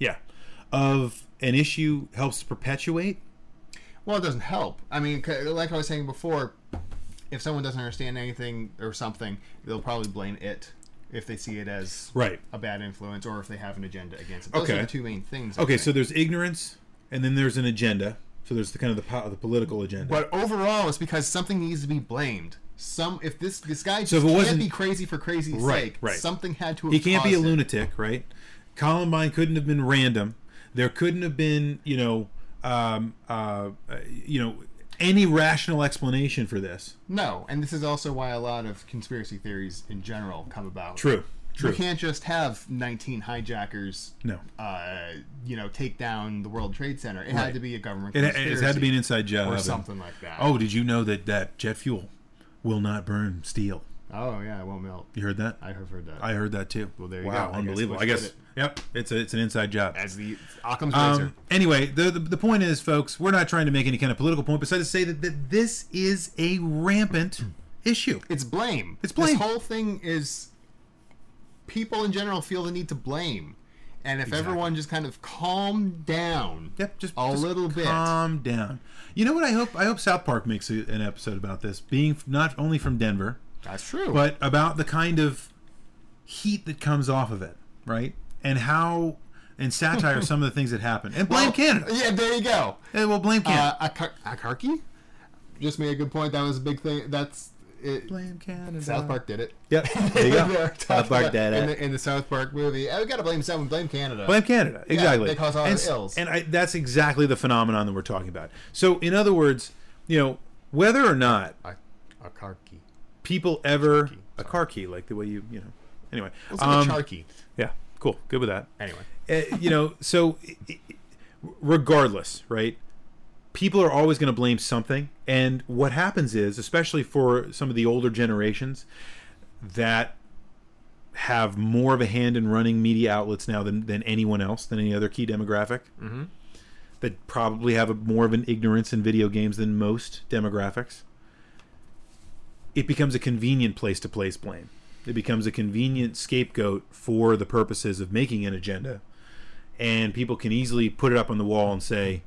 Speaker 2: yeah, of an issue helps perpetuate.
Speaker 1: Well, it doesn't help. I mean, 'cause like I was saying before, if someone doesn't understand anything or something, they'll probably blame it if they see it as
Speaker 2: Right.
Speaker 1: a bad influence or if they have an agenda against it. Those are
Speaker 2: Okay.
Speaker 1: the two main things. I
Speaker 2: Okay,
Speaker 1: think.
Speaker 2: so there's ignorance, and then there's an agenda. So there's the kind of the, po- the political agenda.
Speaker 1: but overall, it's because something needs to be blamed. Some if this this guy just
Speaker 2: if it
Speaker 1: can't
Speaker 2: wasn't-
Speaker 1: be crazy for crazy's
Speaker 2: Right,
Speaker 1: sake.
Speaker 2: right.
Speaker 1: Something had to. Have
Speaker 2: he can't be a
Speaker 1: caused it.
Speaker 2: lunatic, right? Columbine couldn't have been random. There couldn't have been, you know, um, uh, uh, you know, any rational explanation for this.
Speaker 1: No, and this is also why a lot of conspiracy theories in general come about.
Speaker 2: True,
Speaker 1: You
Speaker 2: true.
Speaker 1: can't just have 19 hijackers
Speaker 2: No,
Speaker 1: uh, you know, take down the World Trade Center. It had
Speaker 2: Right.
Speaker 1: to be a government
Speaker 2: it, it had to be an inside job
Speaker 1: or
Speaker 2: and-
Speaker 1: something like that.
Speaker 2: oh, did you know that that jet fuel will not burn steel?
Speaker 1: oh yeah, it won't melt.
Speaker 2: You heard that?
Speaker 1: I have heard that.
Speaker 2: I heard that too.
Speaker 1: Well, there you
Speaker 2: wow,
Speaker 1: go. I guess
Speaker 2: unbelievable.
Speaker 1: we
Speaker 2: I guess.
Speaker 1: should
Speaker 2: Yep, it's a, it's an inside job.
Speaker 1: As the Occam's razor.
Speaker 2: Um, anyway, the, the the point is, folks, we're not trying to make any kind of political point, besides to say that, that this is a rampant issue.
Speaker 1: It's blame.
Speaker 2: It's blame.
Speaker 1: This whole thing is people in general feel the need to blame. And if everyone just kind of calmed down
Speaker 2: Yep, just
Speaker 1: a
Speaker 2: just
Speaker 1: little bit.
Speaker 2: Calm down. You know what? I hope I hope South Park makes a, an episode about this, being f- not only from Denver,
Speaker 1: That's true.
Speaker 2: but about the kind of heat that comes off of it, right? And how and satire some of the things that happen. And blame
Speaker 1: Well,
Speaker 2: Canada.
Speaker 1: Oh, Yeah, there you go.
Speaker 2: Yeah, well, blame Canada.
Speaker 1: Uh, Akar- Akarki just made a good point. That was a big thing. That's it,
Speaker 2: blame Canada.
Speaker 1: South Park did it.
Speaker 2: Yep. There you
Speaker 1: They
Speaker 2: go.
Speaker 1: were
Speaker 2: South
Speaker 1: talking
Speaker 2: Park
Speaker 1: about-
Speaker 2: did it.
Speaker 1: in the, in the South Park movie. Oh, we gotta blame someone. Blame Canada.
Speaker 2: Blame Canada, exactly.
Speaker 1: they cause all
Speaker 2: and,
Speaker 1: the ills.
Speaker 2: and I, that's exactly the phenomenon that we're talking about. So, in other words, you know, whether or not
Speaker 1: I a car key.
Speaker 2: people ever a car key like the way you you know anyway
Speaker 1: It's like
Speaker 2: um,
Speaker 1: a char key.
Speaker 2: yeah cool good with that
Speaker 1: Anyway,
Speaker 2: Uh, you know so i- i- regardless right people are always going to blame something and what happens is especially for some of the older generations that have more of a hand in running media outlets now than, than anyone else than any other key demographic mm-hmm. that probably have a, more of an ignorance in video games than most demographics it becomes a convenient place to place blame. It becomes a convenient scapegoat for the purposes of making an agenda. And people can easily put it up on the wall and say,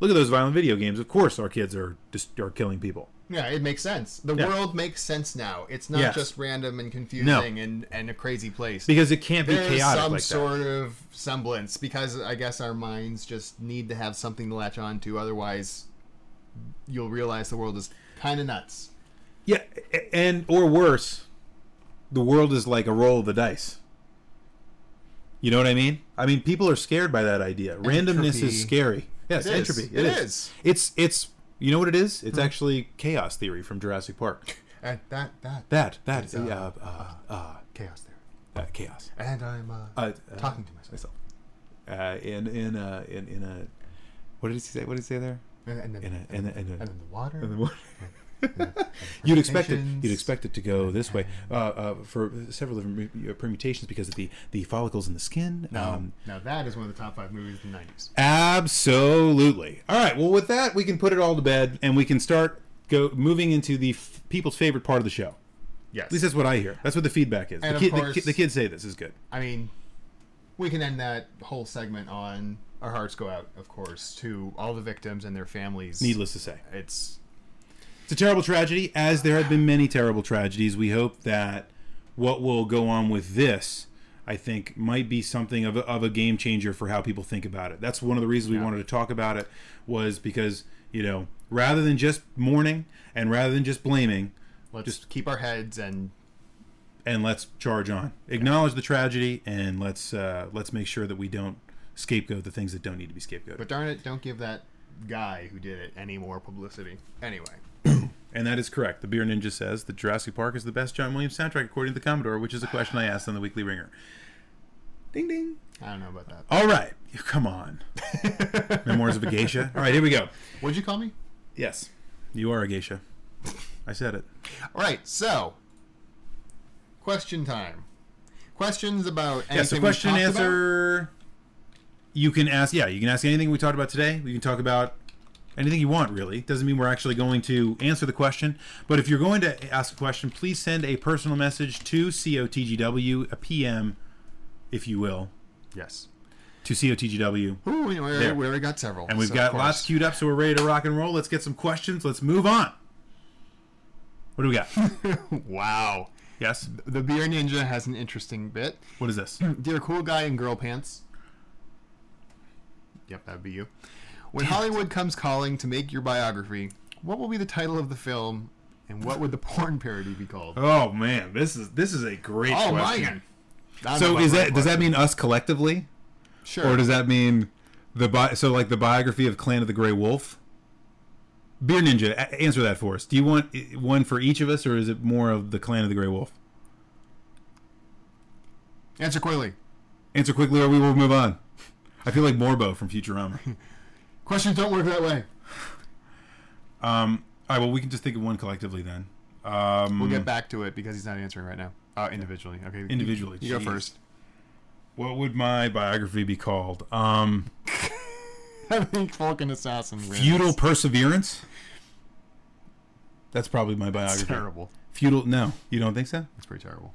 Speaker 2: look at those violent video games. Of course, our kids are, just, are killing people.
Speaker 1: yeah, it makes sense. The
Speaker 2: Yeah.
Speaker 1: world makes sense now. It's not
Speaker 2: Yes.
Speaker 1: just random and confusing and, and a crazy place.
Speaker 2: Because it can't be
Speaker 1: There's
Speaker 2: chaotic
Speaker 1: some
Speaker 2: like that.
Speaker 1: sort of semblance because I guess our minds just need to have something to latch on to. Otherwise, you'll realize the world is kind of nuts.
Speaker 2: Yeah, a- and or worse, the world is like a roll of the dice. You know what I mean? I mean, people are scared by that idea. Randomness
Speaker 1: Entropy.
Speaker 2: is scary. Yes,
Speaker 1: It is.
Speaker 2: entropy.
Speaker 1: It
Speaker 2: is.
Speaker 1: is. Hmm.
Speaker 2: It's it's. You know what it is? It's actually chaos theory from Jurassic Park.
Speaker 1: And that that,
Speaker 2: That that
Speaker 1: uh,
Speaker 2: uh, uh, uh,
Speaker 1: chaos theory.
Speaker 2: uh, chaos.
Speaker 1: And I'm uh,
Speaker 2: Uh,
Speaker 1: talking to myself.
Speaker 2: myself. Uh, in in uh, in in a what did he say? What did he say there?
Speaker 1: And, and then,
Speaker 2: In a in a, in a,
Speaker 1: and then the water. Um,
Speaker 2: in the water. you'd expect it. You'd expect it to go this way uh, uh, for several different mu- uh, permutations because of the the follicles in the skin.
Speaker 1: Um, now that is one of the top five movies of the '90s.
Speaker 2: absolutely. All right. Well, with that, we can put it all to bed and we can start go moving into the f- people's favorite part of the show.
Speaker 1: Yes.
Speaker 2: At least that's what I hear. That's what the feedback is.
Speaker 1: And
Speaker 2: The,
Speaker 1: of
Speaker 2: kid, the,
Speaker 1: course-
Speaker 2: ki- the kids say this is good.
Speaker 1: I mean, we can end that whole segment on our hearts go out, of course, to all the victims and their families.
Speaker 2: Needless to say.
Speaker 1: It's
Speaker 2: It's a terrible tragedy, as there have been many terrible tragedies. We hope that what will go on with this, I think, might be something of a, of a game changer for how people think about it. That's one of the reasons we wanted to talk about it, was because, you know, rather than just mourning and rather than just blaming,
Speaker 1: let's
Speaker 2: Just-
Speaker 1: just keep our heads and
Speaker 2: and let's charge on. Acknowledge the tragedy and let's uh, let's make sure that we don't scapegoat the things that don't need to be scapegoated.
Speaker 1: but darn it, don't give that guy who did it any more publicity. Anyway,
Speaker 2: And that is correct. The Beer Ninja says that Jurassic Park is the best John Williams soundtrack according to the Commodore, which is a question I asked on the Weekly Ringer. Ding ding.
Speaker 1: I don't know about that.
Speaker 2: All right. Come on. Memoirs of a Geisha. All right, here we go.
Speaker 1: What'd you call me?
Speaker 2: Yes. You are a geisha. I said it.
Speaker 1: All right, so question time. Questions about anything
Speaker 2: Yeah, so
Speaker 1: we
Speaker 2: question and
Speaker 1: talked about?
Speaker 2: answer. You can ask yeah, you can ask anything we talked about today. You can talk about anything you want really. Doesn't mean we're actually going to answer the question. But if you're going to ask a question, please send a personal message to COTGW, a PM, if you will,
Speaker 1: Yes.
Speaker 2: to COTGW.
Speaker 1: Ooh, we, we,
Speaker 2: There.
Speaker 1: we already got several,
Speaker 2: And we've
Speaker 1: so of
Speaker 2: got
Speaker 1: course.
Speaker 2: lots queued up, so we're ready to rock and roll. Let's get some questions. Let's move on. What do we got?
Speaker 1: wow.
Speaker 2: yes?
Speaker 1: The beer ninja has an interesting bit.
Speaker 2: What is this?
Speaker 1: Dear cool guy in girl pants. Yep, that'd be you. When Hollywood comes calling to make your biography, what will be the title of the film, and what would the porn parody be called?
Speaker 2: Oh man, this is this is a great
Speaker 1: oh
Speaker 2: question.
Speaker 1: my! God.
Speaker 2: So is that does that mean us collectively?
Speaker 1: sure?
Speaker 2: Or does that mean the bi- so like the biography of Clan of the Grey Wolf? Beer Ninja, a- answer that for us. Do you want i- one for each of us, or is it more of the Clan of the Grey Wolf?
Speaker 1: answer quickly?
Speaker 2: Answer quickly, or we will move on. I feel like Morbo from Futurama.
Speaker 1: Questions don't work that way.
Speaker 2: Um, all right, well, we can just think of one collectively then. Um,
Speaker 1: We'll get back to it because he's not answering right now. Uh, individually, okay. you-
Speaker 2: Individually,
Speaker 1: you,
Speaker 2: jeez.
Speaker 1: go first.
Speaker 2: What would my biography be called? Um,
Speaker 1: I think Falcon Assassin. wins.
Speaker 2: feudal perseverance. That's probably my
Speaker 1: It's
Speaker 2: biography.
Speaker 1: terrible.
Speaker 2: Feudal? No, you don't think so?
Speaker 1: It's pretty terrible.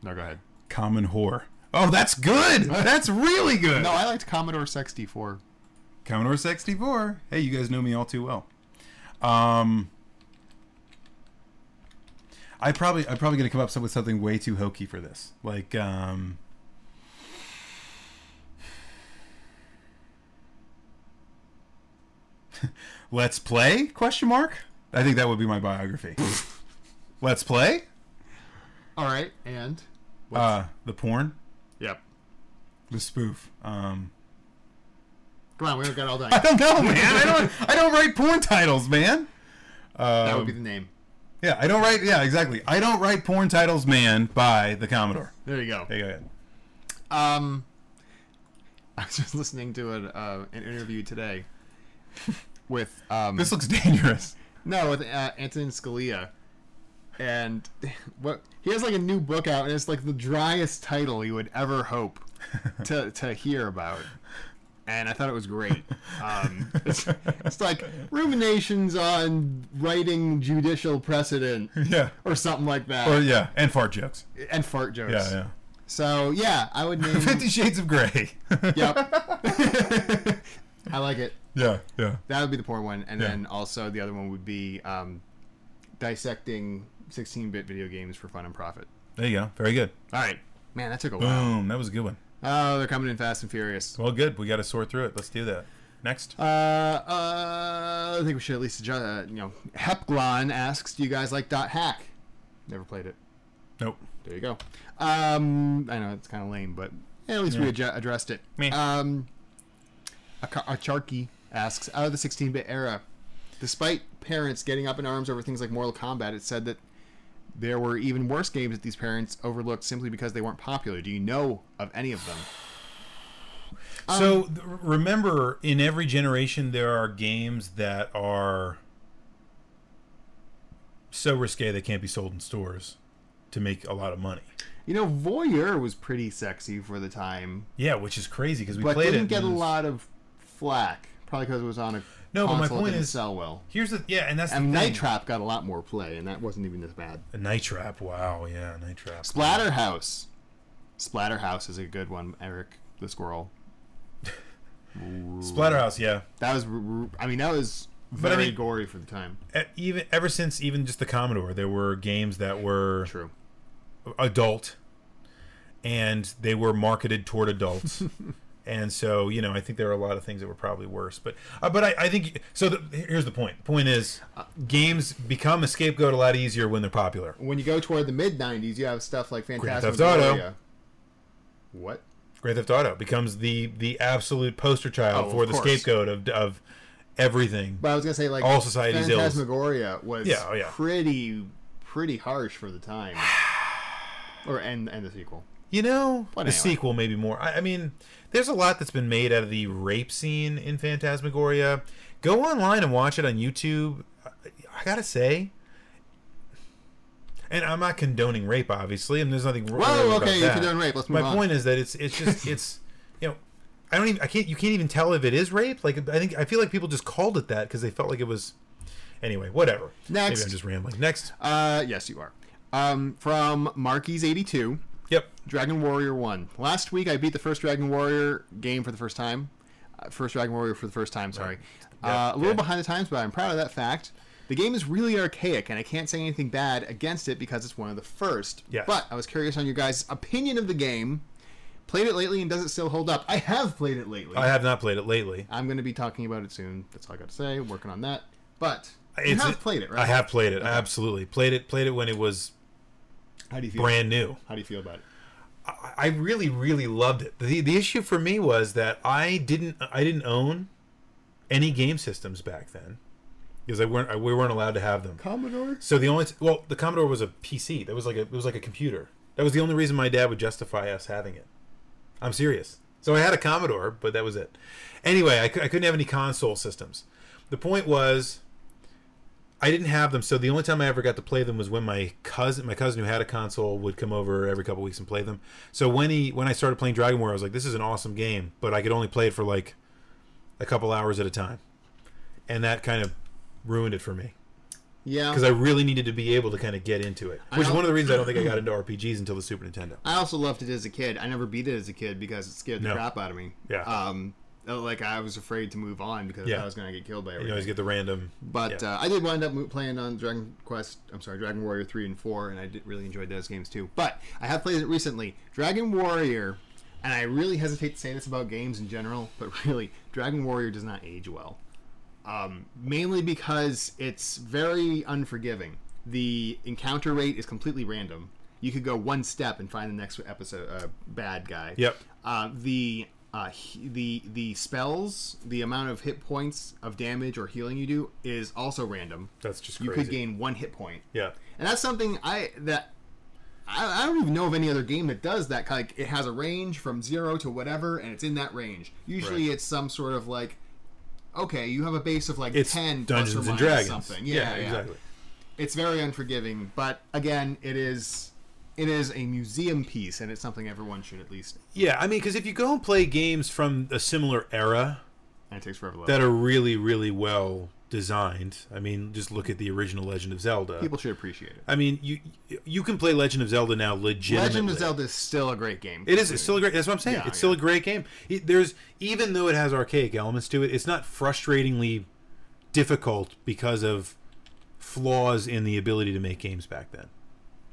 Speaker 1: No, go ahead.
Speaker 2: Common whore. Oh, that's good. That's really good.
Speaker 1: No, I liked Commodore 64.
Speaker 2: Commodore 64. Hey, you guys know me all too well. Um, I probably I'm probably gonna come up with something way too hokey for this. Like, um, let's play? Question mark. I think that would be my biography. let's play.
Speaker 1: All right, and
Speaker 2: Uh, the porn,
Speaker 1: yep.
Speaker 2: the spoof. Um,
Speaker 1: Come on, we got it all done.
Speaker 2: I don't know, man. I don't I don't write porn titles, man. Um,
Speaker 1: That would be the name.
Speaker 2: Yeah, I don't write. Yeah, exactly. I don't write porn titles, man. By the Commodore.
Speaker 1: There you go.
Speaker 2: Hey, go ahead.
Speaker 1: Um, I was just listening to an, uh, an interview today with um,
Speaker 2: This looks dangerous.
Speaker 1: no with uh, Antonin Scalia, and what he has like a new book out, and it's like the driest title you would ever hope to to hear about. And I thought it was great. Um, it's, it's like ruminations on writing judicial precedent
Speaker 2: Yeah.
Speaker 1: or something like that,
Speaker 2: Or yeah, and fart jokes.
Speaker 1: and fart jokes.
Speaker 2: Yeah, yeah.
Speaker 1: So yeah, I would name.
Speaker 2: Fifty Shades of Grey.
Speaker 1: yep. I like it.
Speaker 2: yeah, yeah.
Speaker 1: That would be the porn one, and
Speaker 2: Yeah.
Speaker 1: then also the other one would be um, dissecting 16-bit video games for fun and profit.
Speaker 2: There you go. Very good.
Speaker 1: All right, man, that took a while.
Speaker 2: Boom. That was a good one.
Speaker 1: Oh, they're coming in fast and furious.
Speaker 2: Well, good. We got to sort through it. Let's do that. Next.
Speaker 1: Uh, uh, I think we should at least adjust. Uh, you know, Hepglon asks, "Do you guys like Dot Hack?" Never played it.
Speaker 2: Nope.
Speaker 1: There you go. Um, I know it's kind of lame, but at least we adju- addressed it.
Speaker 2: Meh.
Speaker 1: Um, Aka- Acharki asks, out of the 16-bit era, despite parents getting up in arms over things like Mortal Kombat, it said that there were even worse games that these parents overlooked simply because they weren't popular. Do you know of any of them?
Speaker 2: so th- remember, in every generation, there are games that are so risque they can't be sold in stores to make a lot of money.
Speaker 1: You know, Voyeur was pretty sexy for the time,
Speaker 2: Yeah, which is crazy because we
Speaker 1: but
Speaker 2: played
Speaker 1: didn't
Speaker 2: it.
Speaker 1: get a
Speaker 2: and-
Speaker 1: lot of flack, probably because it was on a
Speaker 2: No, but my
Speaker 1: console that
Speaker 2: point
Speaker 1: didn't
Speaker 2: is-
Speaker 1: sell well.
Speaker 2: Here's the yeah, and that's
Speaker 1: And
Speaker 2: the
Speaker 1: Night
Speaker 2: thing.
Speaker 1: Trap got a lot more play, and that wasn't even as bad.
Speaker 2: Night Trap. Wow. Yeah, Night Trap.
Speaker 1: Splatterhouse. Splatterhouse is a good one, Eric the squirrel.
Speaker 2: Splatterhouse. Yeah.
Speaker 1: That was, r- r- I mean, that was
Speaker 2: I
Speaker 1: very
Speaker 2: mean-
Speaker 1: gory for the time.
Speaker 2: E- Even ever since even just the Commodore, there were games that were
Speaker 1: True.
Speaker 2: adult and they were marketed toward adults and so you know i think there are a lot of things that were probably worse but uh, but I, I think so the, here's the point point is
Speaker 1: Uh,
Speaker 2: games become a scapegoat a lot easier when they're popular
Speaker 1: When you go toward the mid '90s, you have stuff like
Speaker 2: Grand
Speaker 1: Fantastic
Speaker 2: Theft Auto.
Speaker 1: What?
Speaker 2: grand theft auto becomes the the absolute poster child
Speaker 1: Oh,
Speaker 2: for
Speaker 1: of
Speaker 2: the
Speaker 1: course.
Speaker 2: scapegoat of, of everything
Speaker 1: But I was gonna say like
Speaker 2: All society's ills.
Speaker 1: Phantasmagoria was
Speaker 2: Yeah, oh, yeah.
Speaker 1: pretty pretty harsh for the time. or and and the sequel.
Speaker 2: You know,
Speaker 1: But
Speaker 2: the
Speaker 1: anyway.
Speaker 2: sequel maybe more. I, I mean, there's a lot that's been made out of the rape scene in Phantasmagoria. Go online and watch it on YouTube. I, I gotta say, and I'm not condoning rape, obviously, and there's nothing wrong
Speaker 1: Whoa,
Speaker 2: about
Speaker 1: okay,
Speaker 2: that.
Speaker 1: if you're doing rape, let's move
Speaker 2: My
Speaker 1: on.
Speaker 2: point is that it's it's just it's you know. I don't even. I can't. You can't even tell if it is rape. Like I think. I feel like people just called it that because they felt like it was. Anyway, whatever. Maybe
Speaker 1: Next.
Speaker 2: I'm just rambling. Next.
Speaker 1: Uh, yes, you are. Um, from Marquis '82.
Speaker 2: Yep.
Speaker 1: Dragon Warrior 1. Last week I beat the first Dragon Warrior game for the first time. Uh, first Dragon Warrior for the first time, sorry.
Speaker 2: Yeah,
Speaker 1: Uh, a little
Speaker 2: okay.
Speaker 1: behind the times, but I'm proud of that fact. The game is really archaic, and I can't say anything bad against it because it's one of the first.
Speaker 2: Yes.
Speaker 1: But I was curious on your guys' opinion of the game. Played it lately and does it still hold up? I have played it lately.
Speaker 2: I have not played it lately.
Speaker 1: I'm going to be talking about it soon. That's all I got to say. Working on that. But you
Speaker 2: It's-
Speaker 1: have played it, right?
Speaker 2: I have played it. I Absolutely played it. Played it when it was
Speaker 1: How do you feel?
Speaker 2: brand new.
Speaker 1: How do you feel about it?
Speaker 2: I- I really, really loved it. the The issue for me was that I didn't I didn't own any game systems back then because I weren't I, we weren't allowed to have them.
Speaker 1: Commodore?
Speaker 2: So the only t- well, the Commodore was a PC. That was like a it was like a computer. That was the only reason my dad would justify us having it. I'm serious. So I had a Commodore, but that was it. Anyway, I, cou- I couldn't have any console systems. The point was, I didn't have them. So the only time I ever got to play them was when my cousin, my cousin who had a console, would come over every couple weeks and play them. So when he when I started playing Dragon War, I was like, this is an awesome game, but I could only play it for like a couple hours at a time, and that kind of ruined it for me
Speaker 1: Yeah.
Speaker 2: because I really needed to be able to kind of get into it, which is
Speaker 1: don't-
Speaker 2: one of the reasons I don't think I got into RPGs until the Super Nintendo.
Speaker 1: I also loved it as a kid. I never beat it as a kid because it scared the
Speaker 2: No.
Speaker 1: crap out of me.
Speaker 2: Yeah.
Speaker 1: Um, like I was afraid to move on because I
Speaker 2: Yeah.
Speaker 1: thought I was going to get killed by
Speaker 2: You
Speaker 1: everything.
Speaker 2: always get the random.
Speaker 1: but
Speaker 2: yeah.
Speaker 1: uh, I did wind up mo- playing on Dragon Quest. I'm sorry, Dragon Warrior three and four, and I did, really enjoyed those games too. But I have played it recently. Dragon Warrior, and I really hesitate to say this about games in general, but really, Dragon Warrior does not age well um, mainly because it's very unforgiving. The encounter rate is completely random. You could go one step and find the next episode uh, bad guy.
Speaker 2: Yep.
Speaker 1: Uh, the uh, he- the the spells, the amount of hit points of damage or healing you do is also random.
Speaker 2: That's just
Speaker 1: You
Speaker 2: crazy.
Speaker 1: could gain one hit point,
Speaker 2: Yeah.
Speaker 1: and that's something I that I, I don't even know of any other game that does that. Like it has a range from zero to whatever, and it's in that range. Usually,
Speaker 2: Right.
Speaker 1: it's some sort of like okay, you have a base of like
Speaker 2: It's
Speaker 1: ten plus
Speaker 2: Dungeons
Speaker 1: or minus
Speaker 2: and Dragons.
Speaker 1: something.
Speaker 2: yeah, exactly.
Speaker 1: It's very unforgiving, but again, it is it is a museum piece, and it's something everyone should at least.
Speaker 2: Yeah, I mean, because if you go and play games from a similar era
Speaker 1: And it takes forever. to level.
Speaker 2: that are really, really well designed, I mean, just look at the original Legend of Zelda.
Speaker 1: People should appreciate it.
Speaker 2: I mean, you you can play Legend of Zelda now legitimately.
Speaker 1: Legend of Zelda is still a great game.
Speaker 2: It is. It's still a great. That's what I'm saying.
Speaker 1: Yeah,
Speaker 2: it's still
Speaker 1: yeah.
Speaker 2: a great game. It, there's even though it has archaic elements to it, it's not frustratingly difficult because of flaws in the ability to make games back then.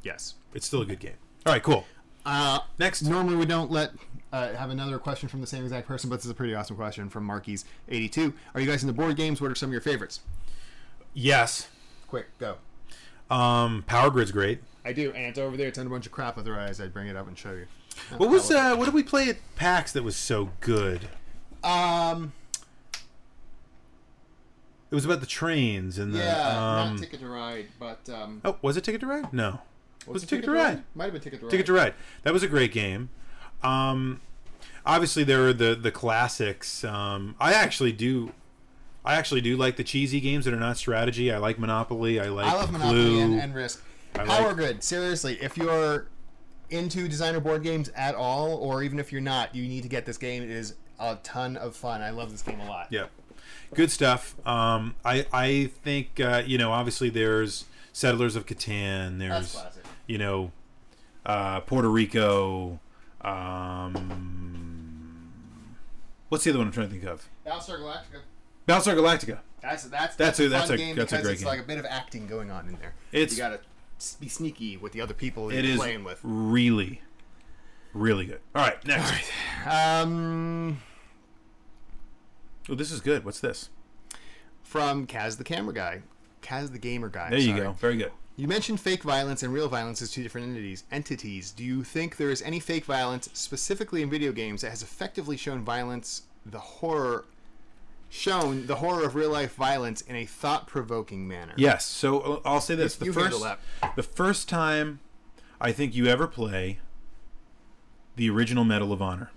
Speaker 1: yes.
Speaker 2: It's still a good game. All right, cool.
Speaker 1: Uh,
Speaker 2: Next.
Speaker 1: normally we don't let uh, have another question from the same exact person, but this is a pretty awesome question from Marquis82. Are you guys into board games? What are some of your favorites?
Speaker 2: Yes.
Speaker 1: Quick, go.
Speaker 2: Um, Power Grid's great.
Speaker 1: I do, and it's over there. It's under a bunch of crap. Otherwise, I'd bring it up and show you.
Speaker 2: What was uh, what did we play at PAX that was so good?
Speaker 1: Um,
Speaker 2: It was about the trains and the
Speaker 1: yeah,
Speaker 2: um,
Speaker 1: not Ticket to Ride, but um,
Speaker 2: oh, was it Ticket to Ride? No, was, it Ticket to Ride?
Speaker 1: Might have been Ticket to Ride.
Speaker 2: Ticket to Ride. That was a great game. Um, obviously, there are the the classics. Um, I actually do. I actually do like the cheesy games that are not strategy. I like Monopoly. I like
Speaker 1: I love Monopoly
Speaker 2: Clue.
Speaker 1: and, and Risk.
Speaker 2: like-
Speaker 1: Power Grid, seriously, if you're into designer board games at all, or even if you're not, you need to get this game. It is a ton of fun. I love this game a lot.
Speaker 2: yeah, good stuff. Um, I I think uh, you know. Obviously, there's Settlers of Catan.
Speaker 1: That's
Speaker 2: There's
Speaker 1: classic.
Speaker 2: you know, uh, Puerto Rico. Um, what's the other one I'm trying to think of?
Speaker 1: Battlestar Galactica.
Speaker 2: Battlestar Galactica.
Speaker 1: That's that's
Speaker 2: That's
Speaker 1: a,
Speaker 2: a- that's
Speaker 1: fun
Speaker 2: a-
Speaker 1: game
Speaker 2: that's a
Speaker 1: because
Speaker 2: great
Speaker 1: it's
Speaker 2: game.
Speaker 1: like a bit of acting going on in there.
Speaker 2: It's-
Speaker 1: you gotta s- be sneaky with the other people
Speaker 2: It
Speaker 1: you're
Speaker 2: is
Speaker 1: playing with.
Speaker 2: really, really good. All right, next.
Speaker 1: Um,
Speaker 2: Oh, this is good. What's this?
Speaker 1: from Kaz the camera guy, Kaz the gamer guy.
Speaker 2: There you
Speaker 1: sorry.
Speaker 2: go. Very good.
Speaker 1: You mentioned fake violence and real violence as two different entities. Entities. Do you think there is any fake violence, specifically in video games, that has effectively shown violence, the horror, shown the horror of real life violence in a thought-provoking manner?
Speaker 2: Yes. So uh, I'll say this: the
Speaker 1: You handle
Speaker 2: first,
Speaker 1: that.
Speaker 2: the first time I think you ever play the original Medal of Honor.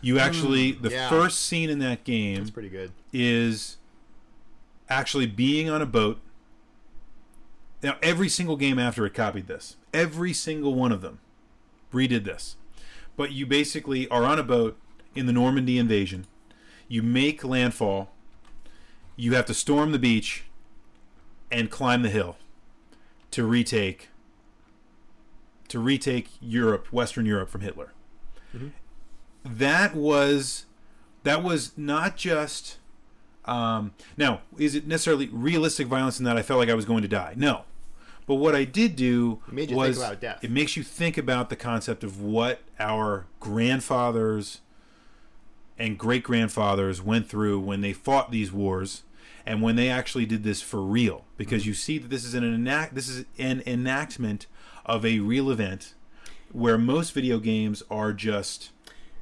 Speaker 2: You actually, the
Speaker 1: Mm, yeah.
Speaker 2: first scene in that game
Speaker 1: It's pretty good.
Speaker 2: is actually being on a boat. Now, every single game after it copied this, every single one of them redid this. But you basically are on a boat in the Normandy invasion. You make landfall. You have to storm the beach and climb the hill to retake to retake Europe, Western Europe from Hitler. That was that was not just um, now, is it necessarily realistic violence in that I felt like I was going to die? No. But what I did do
Speaker 1: made you think
Speaker 2: was
Speaker 1: about death.
Speaker 2: it makes you think about the concept of what our grandfathers and great grandfathers went through when they fought these wars and when they actually did this for real because
Speaker 1: Mm-hmm.
Speaker 2: you see that this is an enact this is an enactment of a real event where most video games are just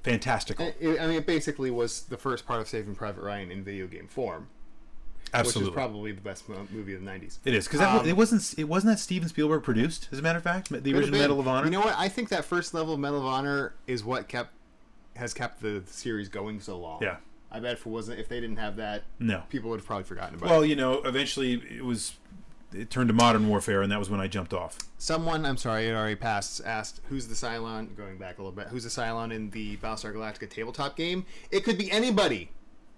Speaker 2: fantastical.
Speaker 1: It, I mean, it basically was the first part of Saving Private Ryan in video game form,
Speaker 2: Absolutely.
Speaker 1: which is probably Um, the best mo- movie of the '90s.
Speaker 2: it is because it wasn't it wasn't that Steven Spielberg produced as a matter of fact the
Speaker 1: Could have
Speaker 2: original
Speaker 1: been.
Speaker 2: Medal of Honor.
Speaker 1: You know what? I think that first level of Medal of Honor is what kept has kept the series going so long.
Speaker 2: Yeah.
Speaker 1: I bet if it wasn't if they didn't have that,
Speaker 2: No.
Speaker 1: people would have probably forgotten about it.
Speaker 2: well, you know, eventually it was it turned to modern warfare and that was when I jumped off.
Speaker 1: Someone, I'm sorry, it already passed, asked who's the Cylon. Going back a little bit, who's the Cylon in the Battlestar Galactica tabletop game? It could be anybody.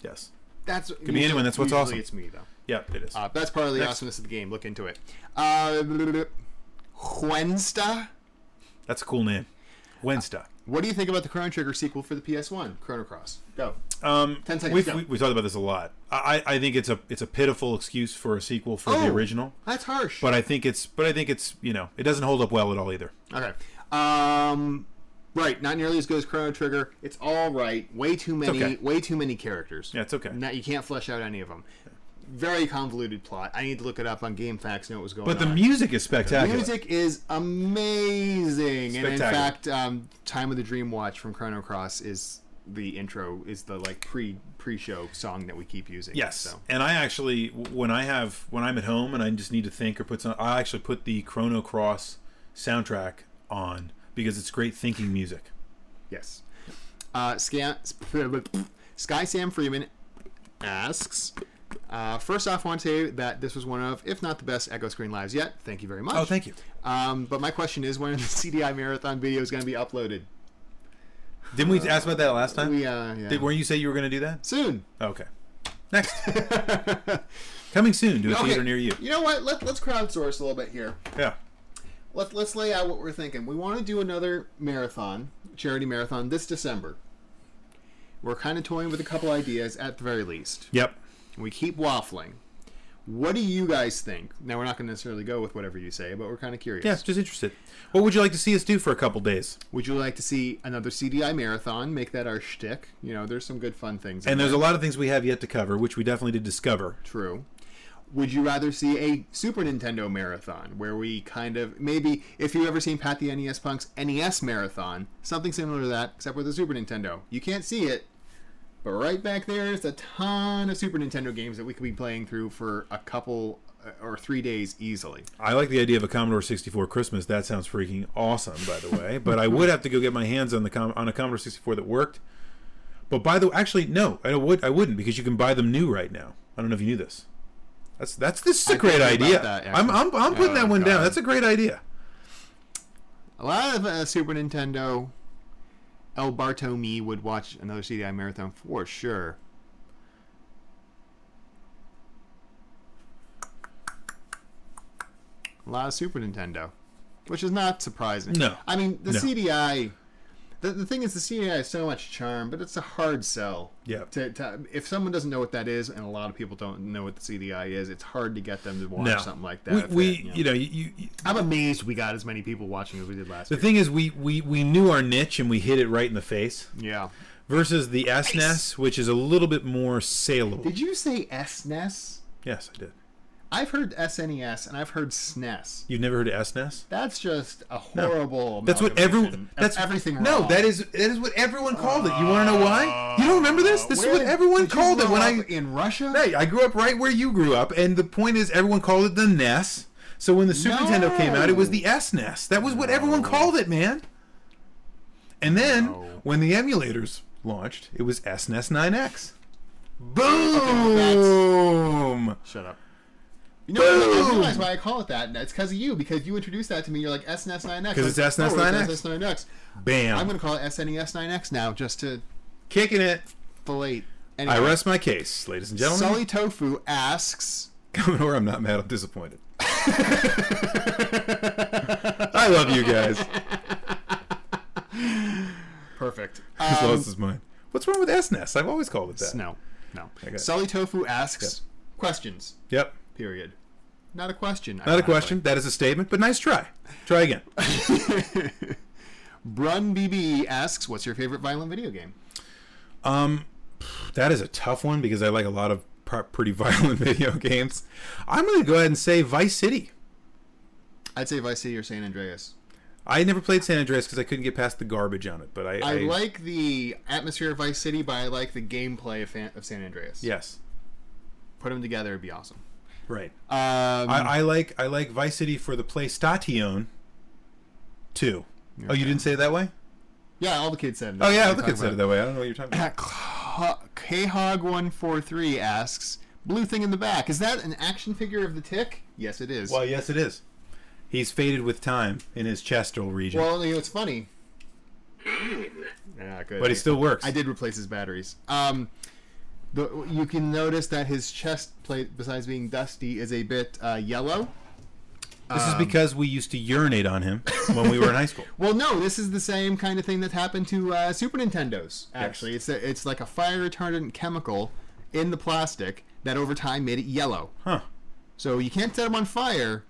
Speaker 2: Yes.
Speaker 1: That's could
Speaker 2: be anyone, that's what's
Speaker 1: usually
Speaker 2: awesome.
Speaker 1: It's me though.
Speaker 2: Yep, it is.
Speaker 1: Uh, that's part of the
Speaker 2: Next.
Speaker 1: awesomeness of the game. Look into it. Uh, Huensta.
Speaker 2: That's a cool name. Wednesday.
Speaker 1: What do you think about the Chrono Trigger sequel for the PS1? Chrono Cross. Go.
Speaker 2: Um,
Speaker 1: 10 seconds,
Speaker 2: We've,
Speaker 1: go.
Speaker 2: we, we talked about this a lot. I, I I think it's a it's a pitiful excuse for a sequel for
Speaker 1: Oh.
Speaker 2: the original,
Speaker 1: That's harsh.
Speaker 2: but I think it's but I think it's you know it doesn't hold up well at all either.
Speaker 1: Okay. Um, right, not nearly as good as Chrono Trigger. It's all right. Way too many,
Speaker 2: okay.
Speaker 1: way too many characters.
Speaker 2: Yeah, it's okay.
Speaker 1: Not, you can't flesh out any of them. very convoluted plot. I need to look it up on Game Facts, know what was going
Speaker 2: But the
Speaker 1: on.
Speaker 2: music is spectacular.
Speaker 1: music is amazing, and in
Speaker 2: Spectacular.
Speaker 1: fact, um, "Time of the Dream Watch" from Chrono Cross is the intro, is the like pre pre show song that we keep using.
Speaker 2: Yes,
Speaker 1: so.
Speaker 2: and I actually w- when I have when I'm at home and I just need to think or put some, I actually put the Chrono Cross soundtrack on because it's great thinking music.
Speaker 1: Yes. Uh, Sca- Sky Sam Freeman asks. Uh, first off, want to say that this was one of, if not the best Echo Screen lives yet. Thank you very much.
Speaker 2: Oh, thank you.
Speaker 1: Um, but my question is, when is the CDI marathon video is going to be uploaded?
Speaker 2: Didn't we ask about that last time?
Speaker 1: We, uh, yeah.
Speaker 2: Did, weren't you say you were going to do that?
Speaker 1: Soon.
Speaker 2: Okay. Next, coming soon to a
Speaker 1: Okay.
Speaker 2: theater near you.
Speaker 1: You know what? Let, let's crowdsource a little bit here.
Speaker 2: Yeah.
Speaker 1: Let's let's lay out what we're thinking. We want to do another marathon, charity marathon, this December. We're kind of toying with a couple ideas at the very least.
Speaker 2: Yep.
Speaker 1: We keep waffling. What do you guys think? Now we're not going to necessarily go with whatever you say, but we're kind of curious.
Speaker 2: Yes. Just interested. What would you like to see us do for a couple days?
Speaker 1: Would you like to see another CDI marathon? Make that our shtick. You know, there's some good fun things. in
Speaker 2: And there's
Speaker 1: there.
Speaker 2: a lot of things we have yet to cover, which we definitely did discover.
Speaker 1: true. Would you rather see a Super Nintendo marathon where we kind of maybe if you've ever seen Pat the NES Punk's NES marathon, something similar to that, except with a Super Nintendo. You can't see it, but right back there is a ton of Super Nintendo games that we could be playing through for a couple uh, or three days easily.
Speaker 2: I like the idea of a Commodore 64 Christmas. That sounds freaking awesome, by the way. But I would have to go get my hands on the com- on a Commodore 64 that worked. But by the actually, no, I would I wouldn't because you can buy them new right now. I don't know if you knew this. That's that's this is a
Speaker 1: I
Speaker 2: great
Speaker 1: didn't know
Speaker 2: idea.
Speaker 1: about that,
Speaker 2: I'm, I'm
Speaker 1: actually.
Speaker 2: I'm putting
Speaker 1: Oh,
Speaker 2: that one down.
Speaker 1: God.
Speaker 2: That's a great idea.
Speaker 1: A lot of uh, Super Nintendo. El Barto me would watch another CDI marathon for sure. A lot of Super Nintendo, which is not surprising.
Speaker 2: No.
Speaker 1: I mean the
Speaker 2: No.
Speaker 1: CDI. The, the thing is, the CDI has so much charm, but it's a hard sell.
Speaker 2: Yeah.
Speaker 1: To, to if someone doesn't know what that is, and a lot of people don't know what the CDI is, it's hard to get them to watch
Speaker 2: No.
Speaker 1: something like that.
Speaker 2: We,
Speaker 1: if
Speaker 2: we
Speaker 1: they-
Speaker 2: you know you, you
Speaker 1: I'm amazed we got as many people watching as we did last
Speaker 2: the
Speaker 1: year.
Speaker 2: thing is we, we we knew our niche and we hit it right in the face
Speaker 1: Yeah.
Speaker 2: versus the SNES, which is a little bit more saleable.
Speaker 1: Did you say SNES?
Speaker 2: yes, I did.
Speaker 1: I've heard SNES and I've heard SNES.
Speaker 2: You've never heard of E SNES?
Speaker 1: That's just a horrible.
Speaker 2: That's what everyone.
Speaker 1: amalgamation of
Speaker 2: That's
Speaker 1: everything.
Speaker 2: No,
Speaker 1: wrong.
Speaker 2: that is that is what everyone called it. You want to know why? You don't remember this? E This
Speaker 1: Uh, Where
Speaker 2: is what
Speaker 1: did-
Speaker 2: everyone
Speaker 1: did you
Speaker 2: called it
Speaker 1: grow
Speaker 2: when
Speaker 1: up
Speaker 2: I.
Speaker 1: in Russia.
Speaker 2: Hey, I grew up right where you grew up, and the point is, everyone called it the NES. So when the Super Nintendo came out, it was the SNES. That was what everyone called it, man. And then
Speaker 1: No.
Speaker 2: when the emulators launched, it was SNES 9X.
Speaker 1: well,
Speaker 2: Boom!
Speaker 1: Shut up. You know, what? I
Speaker 2: Boom!
Speaker 1: realize why I call it that. and It's because of you. Because you introduced that to me. You're like E SNES 9X.
Speaker 2: 'Cause it's E
Speaker 1: I'm like,
Speaker 2: SNES
Speaker 1: oh,
Speaker 2: 9X.
Speaker 1: it's SNES 9X.
Speaker 2: Bam!
Speaker 1: E I'm gonna call it E SNES 9X now, just to
Speaker 2: kicking it.
Speaker 1: fillet. Anyway,
Speaker 2: I rest my case, ladies and gentlemen.
Speaker 1: Sully Tofu asks.
Speaker 2: Commodore, I'm not mad. I'm disappointed. I love you guys.
Speaker 1: Perfect. Um,
Speaker 2: As well as is mine. What's wrong with SNES? I've always called it that.
Speaker 1: No, no.
Speaker 2: Okay.
Speaker 1: Sully Tofu asks questions.
Speaker 2: Yep.
Speaker 1: Period. Not a question.
Speaker 2: Not a question. That is a statement, but nice try. Try again.
Speaker 1: Brun BB asks, "What's your favorite violent video game?"
Speaker 2: Um, that is a tough one because I like a lot of pr- pretty violent video games. I'm going to go ahead and say Vice City.
Speaker 1: I'd say Vice City or San Andreas.
Speaker 2: I never played San Andreas because I couldn't get past the garbage on it, but I,
Speaker 1: I like the atmosphere of Vice City, but I like the gameplay of, fan- of San Andreas.
Speaker 2: Yes.
Speaker 1: Put them together, it'd be awesome.
Speaker 2: Right.
Speaker 1: Um,
Speaker 2: I, I like I like Vice City for the PlayStation 2. Oh, you didn't say it that way?
Speaker 1: yeah, all the kids said it.
Speaker 2: Oh yeah,
Speaker 1: We
Speaker 2: look
Speaker 1: talked
Speaker 2: at said it
Speaker 1: about
Speaker 2: that way. I don't know what you're talking about.
Speaker 1: K Hog one four three asks, "Blue thing in the back is that an action figure of the Tick?" Yes, it is.
Speaker 2: Well, yes, it is. He's faded with time in his chestal region,
Speaker 1: Well, you know, it's funny. Yeah, good.
Speaker 2: but he still works.
Speaker 1: I did replace his batteries. Um, the, you can notice that his chest plate, besides being dusty, is a bit uh, yellow.
Speaker 2: This
Speaker 1: um,
Speaker 2: is because we used to urinate on him when we were in high school.
Speaker 1: Well, no, this is the same kind of thing that happened to uh, Super Nintendos. Actually, it's a, it's like a fire retardant chemical in the plastic that over time made it yellow.
Speaker 2: Huh?
Speaker 1: So you can't set him on fire,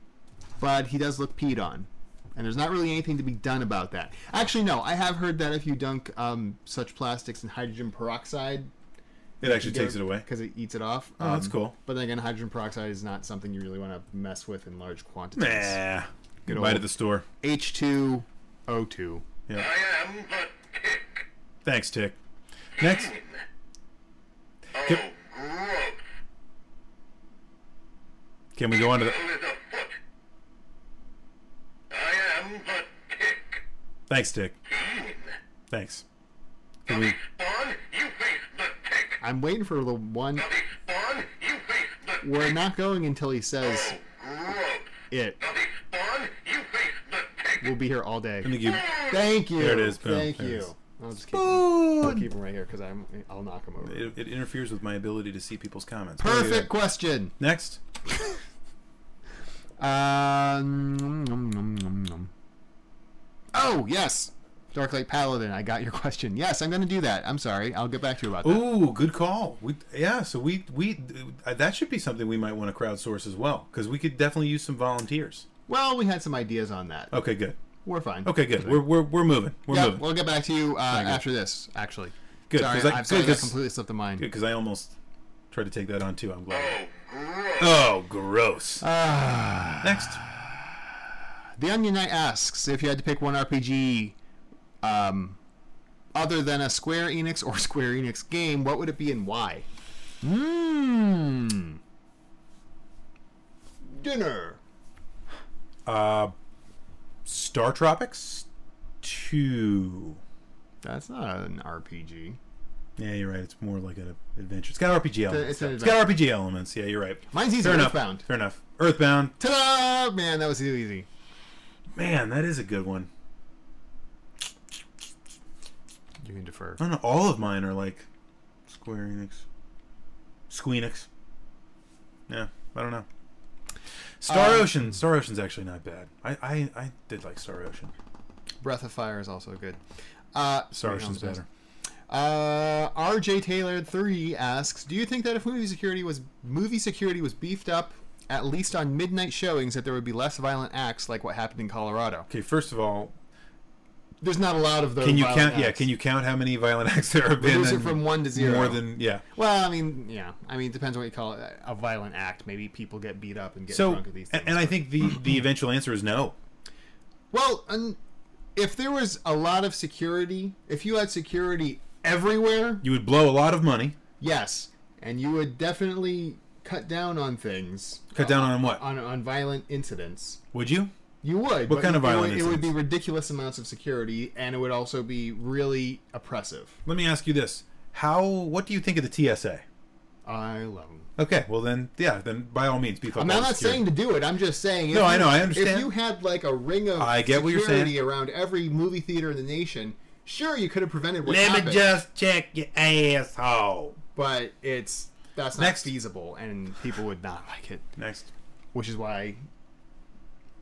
Speaker 1: but he does look peed on. And there's not really anything to be done about that. Actually, no, I have heard that if you dunk um, such plastics in hydrogen peroxide,
Speaker 2: It actually takes it away.
Speaker 1: because it eats it off. Um,
Speaker 2: Oh, that's cool.
Speaker 1: But then again, hydrogen peroxide is not something you really want to mess with in large quantities.
Speaker 2: Nah.
Speaker 1: Good
Speaker 2: Good bite
Speaker 1: old-
Speaker 2: at the store.
Speaker 1: H2O2.
Speaker 3: I am but tick.
Speaker 2: Thanks, Tick. Next.
Speaker 3: Oh,
Speaker 2: Can-
Speaker 3: gross.
Speaker 2: Can we go on to the.
Speaker 3: Who is a foot? I am but tick.
Speaker 2: Thanks, Tick.
Speaker 3: Keen.
Speaker 2: Thanks. Can we.
Speaker 3: Spawn, you face the tick.
Speaker 1: I'm waiting for the one.
Speaker 3: Bloody spawn, you face the tick.
Speaker 1: We're not going until he says
Speaker 3: Oh, gross.
Speaker 1: it.
Speaker 3: Bloody spawn, you face the tick.
Speaker 1: We'll be here all day.
Speaker 2: I think you-
Speaker 1: Thank you.
Speaker 2: There it is. Boom.
Speaker 1: Thank
Speaker 2: There it
Speaker 1: you.
Speaker 2: is.
Speaker 1: I'll just keep him, I'll keep him right here because I'm. I'll knock him over.
Speaker 2: It, it interferes with my ability to see people's comments.
Speaker 1: Perfect question.
Speaker 2: Next.
Speaker 1: Um, nom, nom, nom, nom. Oh yes, Darklight Paladin. I got your question. Yes, I'm going to do that. I'm sorry. I'll get back to you about that.
Speaker 2: Ooh, good call. We yeah, so we we uh, that should be something we might want to crowdsource as well because we could definitely use some volunteers.
Speaker 1: Well, we had some ideas on that.
Speaker 2: Okay, good.
Speaker 1: We're fine.
Speaker 2: Oh, Okay, good. We're we're, we're moving. We're
Speaker 1: Yeah,
Speaker 2: moving.
Speaker 1: we'll get back to you uh,
Speaker 2: good.
Speaker 1: after this. Actually,
Speaker 2: Good,
Speaker 1: Sorry,
Speaker 2: 'cause I-
Speaker 1: I, am sorry, I
Speaker 2: 'cause-
Speaker 1: completely slipped the mind.
Speaker 2: Because I almost tried to take that on too. I'm glad.
Speaker 3: Oh,
Speaker 2: Oh, gross.
Speaker 3: gross.
Speaker 1: Ah.
Speaker 2: Next.
Speaker 1: The Onion Knight asks if you had to pick one RPG, um, other than a Square Enix or Square Enix game, what would it be and why?
Speaker 2: Hmm.
Speaker 1: Mmm. Dinner.
Speaker 2: Star Tropics 2.
Speaker 1: That's not an RPG.
Speaker 2: Yeah, you're right. It's more like an adventure. It's got RPG elements.
Speaker 1: it's an
Speaker 2: though. it's got RPG elements. Yeah, you're right.
Speaker 1: Mine's easy.
Speaker 2: Fair enough.
Speaker 1: Earthbound.
Speaker 2: Fair enough. Earthbound.
Speaker 1: Ta-da! Man, that was too easy.
Speaker 2: Man, that is a good one.
Speaker 1: You can defer.
Speaker 2: I don't know. All of mine are like Square Enix, Squeenix. Yeah, I don't know. Star
Speaker 1: Um,
Speaker 2: Ocean. Star Ocean's actually not bad. I, I, I did like Star Ocean.
Speaker 1: Breath of Fire is also good. Uh,
Speaker 2: Star
Speaker 1: Ocean
Speaker 2: Ocean's better.
Speaker 1: Uh, RJ Taylor three asks, "Do you think that if movie security was movie security was beefed up, at least on midnight showings, that there would be less violent acts like what happened in Colorado?
Speaker 2: Okay, first of all,
Speaker 1: There's not a lot of those.
Speaker 2: can you
Speaker 1: violent
Speaker 2: count? Yeah,
Speaker 1: acts.
Speaker 2: can you count how many violent acts there have been?
Speaker 1: reduce it
Speaker 2: and
Speaker 1: from one to zero?
Speaker 2: More than yeah.
Speaker 1: Well, I mean, yeah. I mean, it depends on what you call it, a violent act. Maybe people get beat up and get
Speaker 2: So,
Speaker 1: drunk at these
Speaker 2: and,
Speaker 1: things.
Speaker 2: and I think the the eventual answer is no.
Speaker 1: Well, and if there was a lot of security, if you had security everywhere,
Speaker 2: You would blow a lot of money.
Speaker 1: yes, and you would definitely cut down on things.
Speaker 2: Cut down on what?
Speaker 1: on, on violent incidents.
Speaker 2: Would you?
Speaker 1: You would.
Speaker 2: What
Speaker 1: but
Speaker 2: kind of
Speaker 1: it would-
Speaker 2: violent
Speaker 1: It would be
Speaker 2: incidents?
Speaker 1: ridiculous amounts of security, and it would also be really oppressive.
Speaker 2: Let me ask you this: How? What do you think of the TSA?
Speaker 1: I love. 'em.
Speaker 2: Okay, well then, yeah, then by all means, beef up.
Speaker 1: I mean,
Speaker 2: all
Speaker 1: I'm
Speaker 2: the
Speaker 1: not
Speaker 2: security.
Speaker 1: saying to do it. I'm just saying. if
Speaker 2: No, I
Speaker 1: you-
Speaker 2: know, I understand.
Speaker 1: If you had like a ring of
Speaker 2: I get what you're
Speaker 1: security
Speaker 2: saying.
Speaker 1: around every movie theater in the nation, sure you could have prevented what
Speaker 2: Let
Speaker 1: happened,
Speaker 2: me just check your asshole.
Speaker 1: but it's that's not
Speaker 2: Next.
Speaker 1: feasible, and people would not like it,
Speaker 2: Next.
Speaker 1: which is why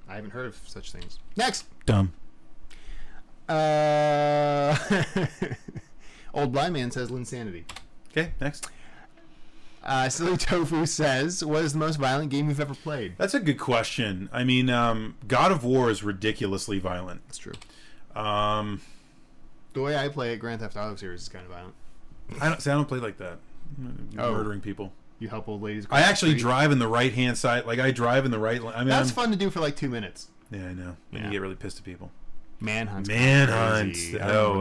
Speaker 1: I haven't heard of such things. Next.
Speaker 2: Dumb.
Speaker 1: Uh, old blind man says Linsanity.
Speaker 2: Okay, next.
Speaker 1: Uh, Silly Tofu says, "What is the most violent game you've ever played?"
Speaker 2: That's a good question. I mean, um, God of War is ridiculously violent.
Speaker 1: That's true.
Speaker 2: Um,
Speaker 1: The way I play it, Grand Theft Auto series is kind of violent.
Speaker 2: I don't see. I don't play like that.
Speaker 1: Oh.
Speaker 2: Murdering people.
Speaker 1: You help old ladies.
Speaker 2: I
Speaker 1: across the
Speaker 2: actually
Speaker 1: street.
Speaker 2: drive in the right hand side. Like I drive in the right. Li- I mean,
Speaker 1: That's
Speaker 2: I'm-
Speaker 1: fun to do for like two minutes.
Speaker 2: Yeah, I know. And
Speaker 1: Yeah.
Speaker 2: you get really pissed at people.
Speaker 1: Manhunt.
Speaker 2: Manhunt. Oh,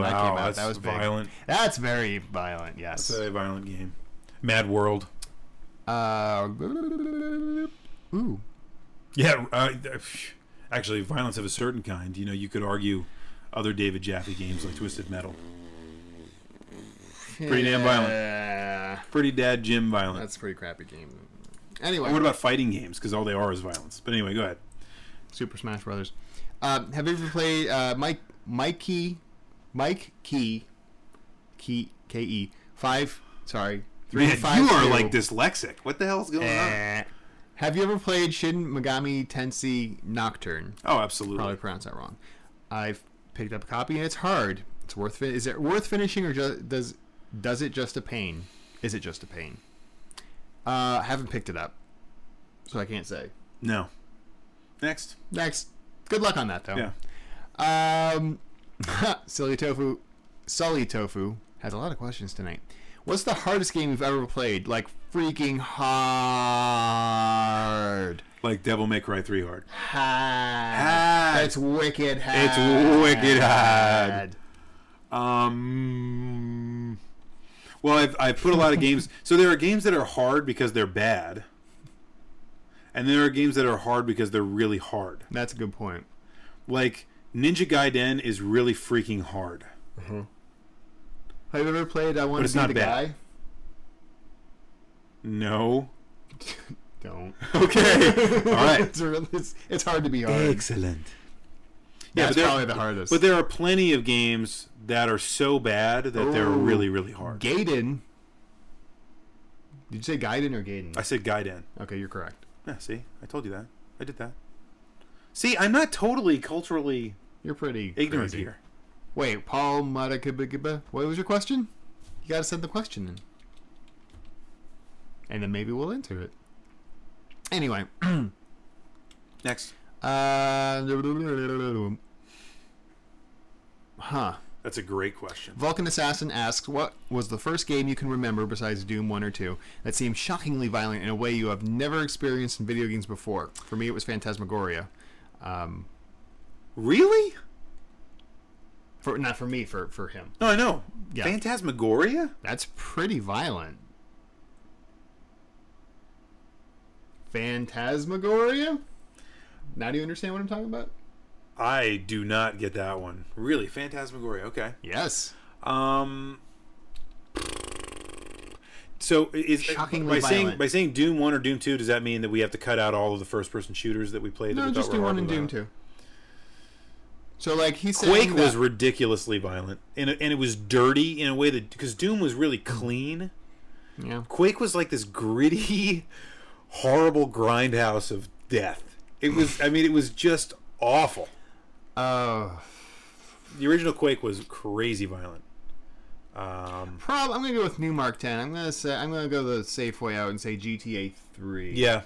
Speaker 1: that came
Speaker 2: wow,
Speaker 1: out.
Speaker 2: that's
Speaker 1: that was big.
Speaker 2: violent.
Speaker 1: That's very violent. Yes.
Speaker 2: It's a violent game. Mad World.
Speaker 1: Uh, ooh.
Speaker 2: Yeah, uh, phew. actually, violence of a certain kind. You know, you could argue other David Jaffe games like Twisted Metal. Pretty damn violent.
Speaker 1: Yeah.
Speaker 2: Pretty dad Jim violent.
Speaker 1: That's a pretty crappy game. Anyway,
Speaker 2: what about fighting games? Because all they are is violence. But anyway, go ahead.
Speaker 1: Super Smash Brothers. Um, have you ever played uh, Mike Mikey Mike Key Key K E five? Sorry, three
Speaker 2: Man,
Speaker 1: five.
Speaker 2: you are
Speaker 1: two.
Speaker 2: like dyslexic. What the hell's going on?
Speaker 1: Eh. Have you ever played Shin Megami Tensei Nocturne?
Speaker 2: Oh, absolutely.
Speaker 1: Probably pronounced that wrong. I've picked up a copy and it's hard. It's worth fin- is it worth finishing or ju- does does it just a pain? Is it just a pain? Uh, haven't picked it up, so I can't say.
Speaker 2: No. Next.
Speaker 1: Next, good luck on that though.
Speaker 2: Yeah.
Speaker 1: Um, Silly Tofu, Sully Tofu has a lot of questions tonight. What's the hardest game you've ever played? Like freaking hard.
Speaker 2: Like Devil May Cry 3 hard. Ah,
Speaker 1: Hard. It's wicked hard.
Speaker 2: It's wicked hard. Um, well, I've, I've put a lot of games. So there are games that are hard because they're bad, and there are games that are hard because they're really hard.
Speaker 1: That's a good point.
Speaker 2: Like Ninja Gaiden is really freaking hard.
Speaker 1: Have you ever played I Want
Speaker 2: it's
Speaker 1: to Be
Speaker 2: not
Speaker 1: the
Speaker 2: bad.
Speaker 1: Guy?
Speaker 2: No.
Speaker 1: Don't.
Speaker 2: Okay. All right.
Speaker 1: it's, really, it's, it's hard to be hard.
Speaker 2: Excellent. Yeah,
Speaker 1: That's
Speaker 2: but there,
Speaker 1: probably the hardest.
Speaker 2: but there are plenty of games that are so bad that they're
Speaker 1: Ooh.
Speaker 2: really, really hard.
Speaker 1: Gaiden. Did you say Gaiden or Gaiden?
Speaker 2: I said Gaiden.
Speaker 1: Okay, you're correct.
Speaker 2: Yeah, see, I told you that. I did that. See, I'm not totally culturally
Speaker 1: You're pretty
Speaker 2: ignorant
Speaker 1: crazy.
Speaker 2: here.
Speaker 1: Wait, Paul Madakabigiba. What was your question? You gotta send the question in. And then maybe we'll answer it. Anyway.
Speaker 2: Next.
Speaker 1: Uh, huh.
Speaker 2: That's a great question.
Speaker 1: Vulcan Assassin asks, What was the first game you can remember besides Doom 1 or 2 that seemed shockingly violent in a way you have never experienced in video games before? For me, it was Phantasmagoria. Um,
Speaker 2: Really?
Speaker 1: for, not for me, for, for him.
Speaker 2: No, I know.
Speaker 1: Yeah.
Speaker 2: Phantasmagoria?
Speaker 1: That's pretty violent. Phantasmagoria? Now do you understand what I'm talking about?
Speaker 2: I do not get that one. Really, Phantasmagoria. Okay.
Speaker 1: Yes.
Speaker 2: Um. So is
Speaker 1: Shockingly
Speaker 2: by saying
Speaker 1: violent.
Speaker 2: by saying Doom One or Doom Two, does that mean that we have to cut out all of the first person shooters that we played? that
Speaker 1: No,
Speaker 2: we
Speaker 1: just
Speaker 2: thought
Speaker 1: do
Speaker 2: were
Speaker 1: one
Speaker 2: hard
Speaker 1: and Doom
Speaker 2: without?
Speaker 1: two. So like he said,
Speaker 2: Quake was ridiculously violent, and it, and it was dirty in a way that because Doom was really clean.
Speaker 1: yeah.
Speaker 2: Quake was like this gritty, horrible grindhouse of death. It was. I mean, it was just awful.
Speaker 1: Oh,
Speaker 2: The original Quake was crazy violent. Um,
Speaker 1: prob. I'm gonna go with Newmark ten. I'm gonna say I'm gonna go the safe way out and say GTA three.
Speaker 2: yeah,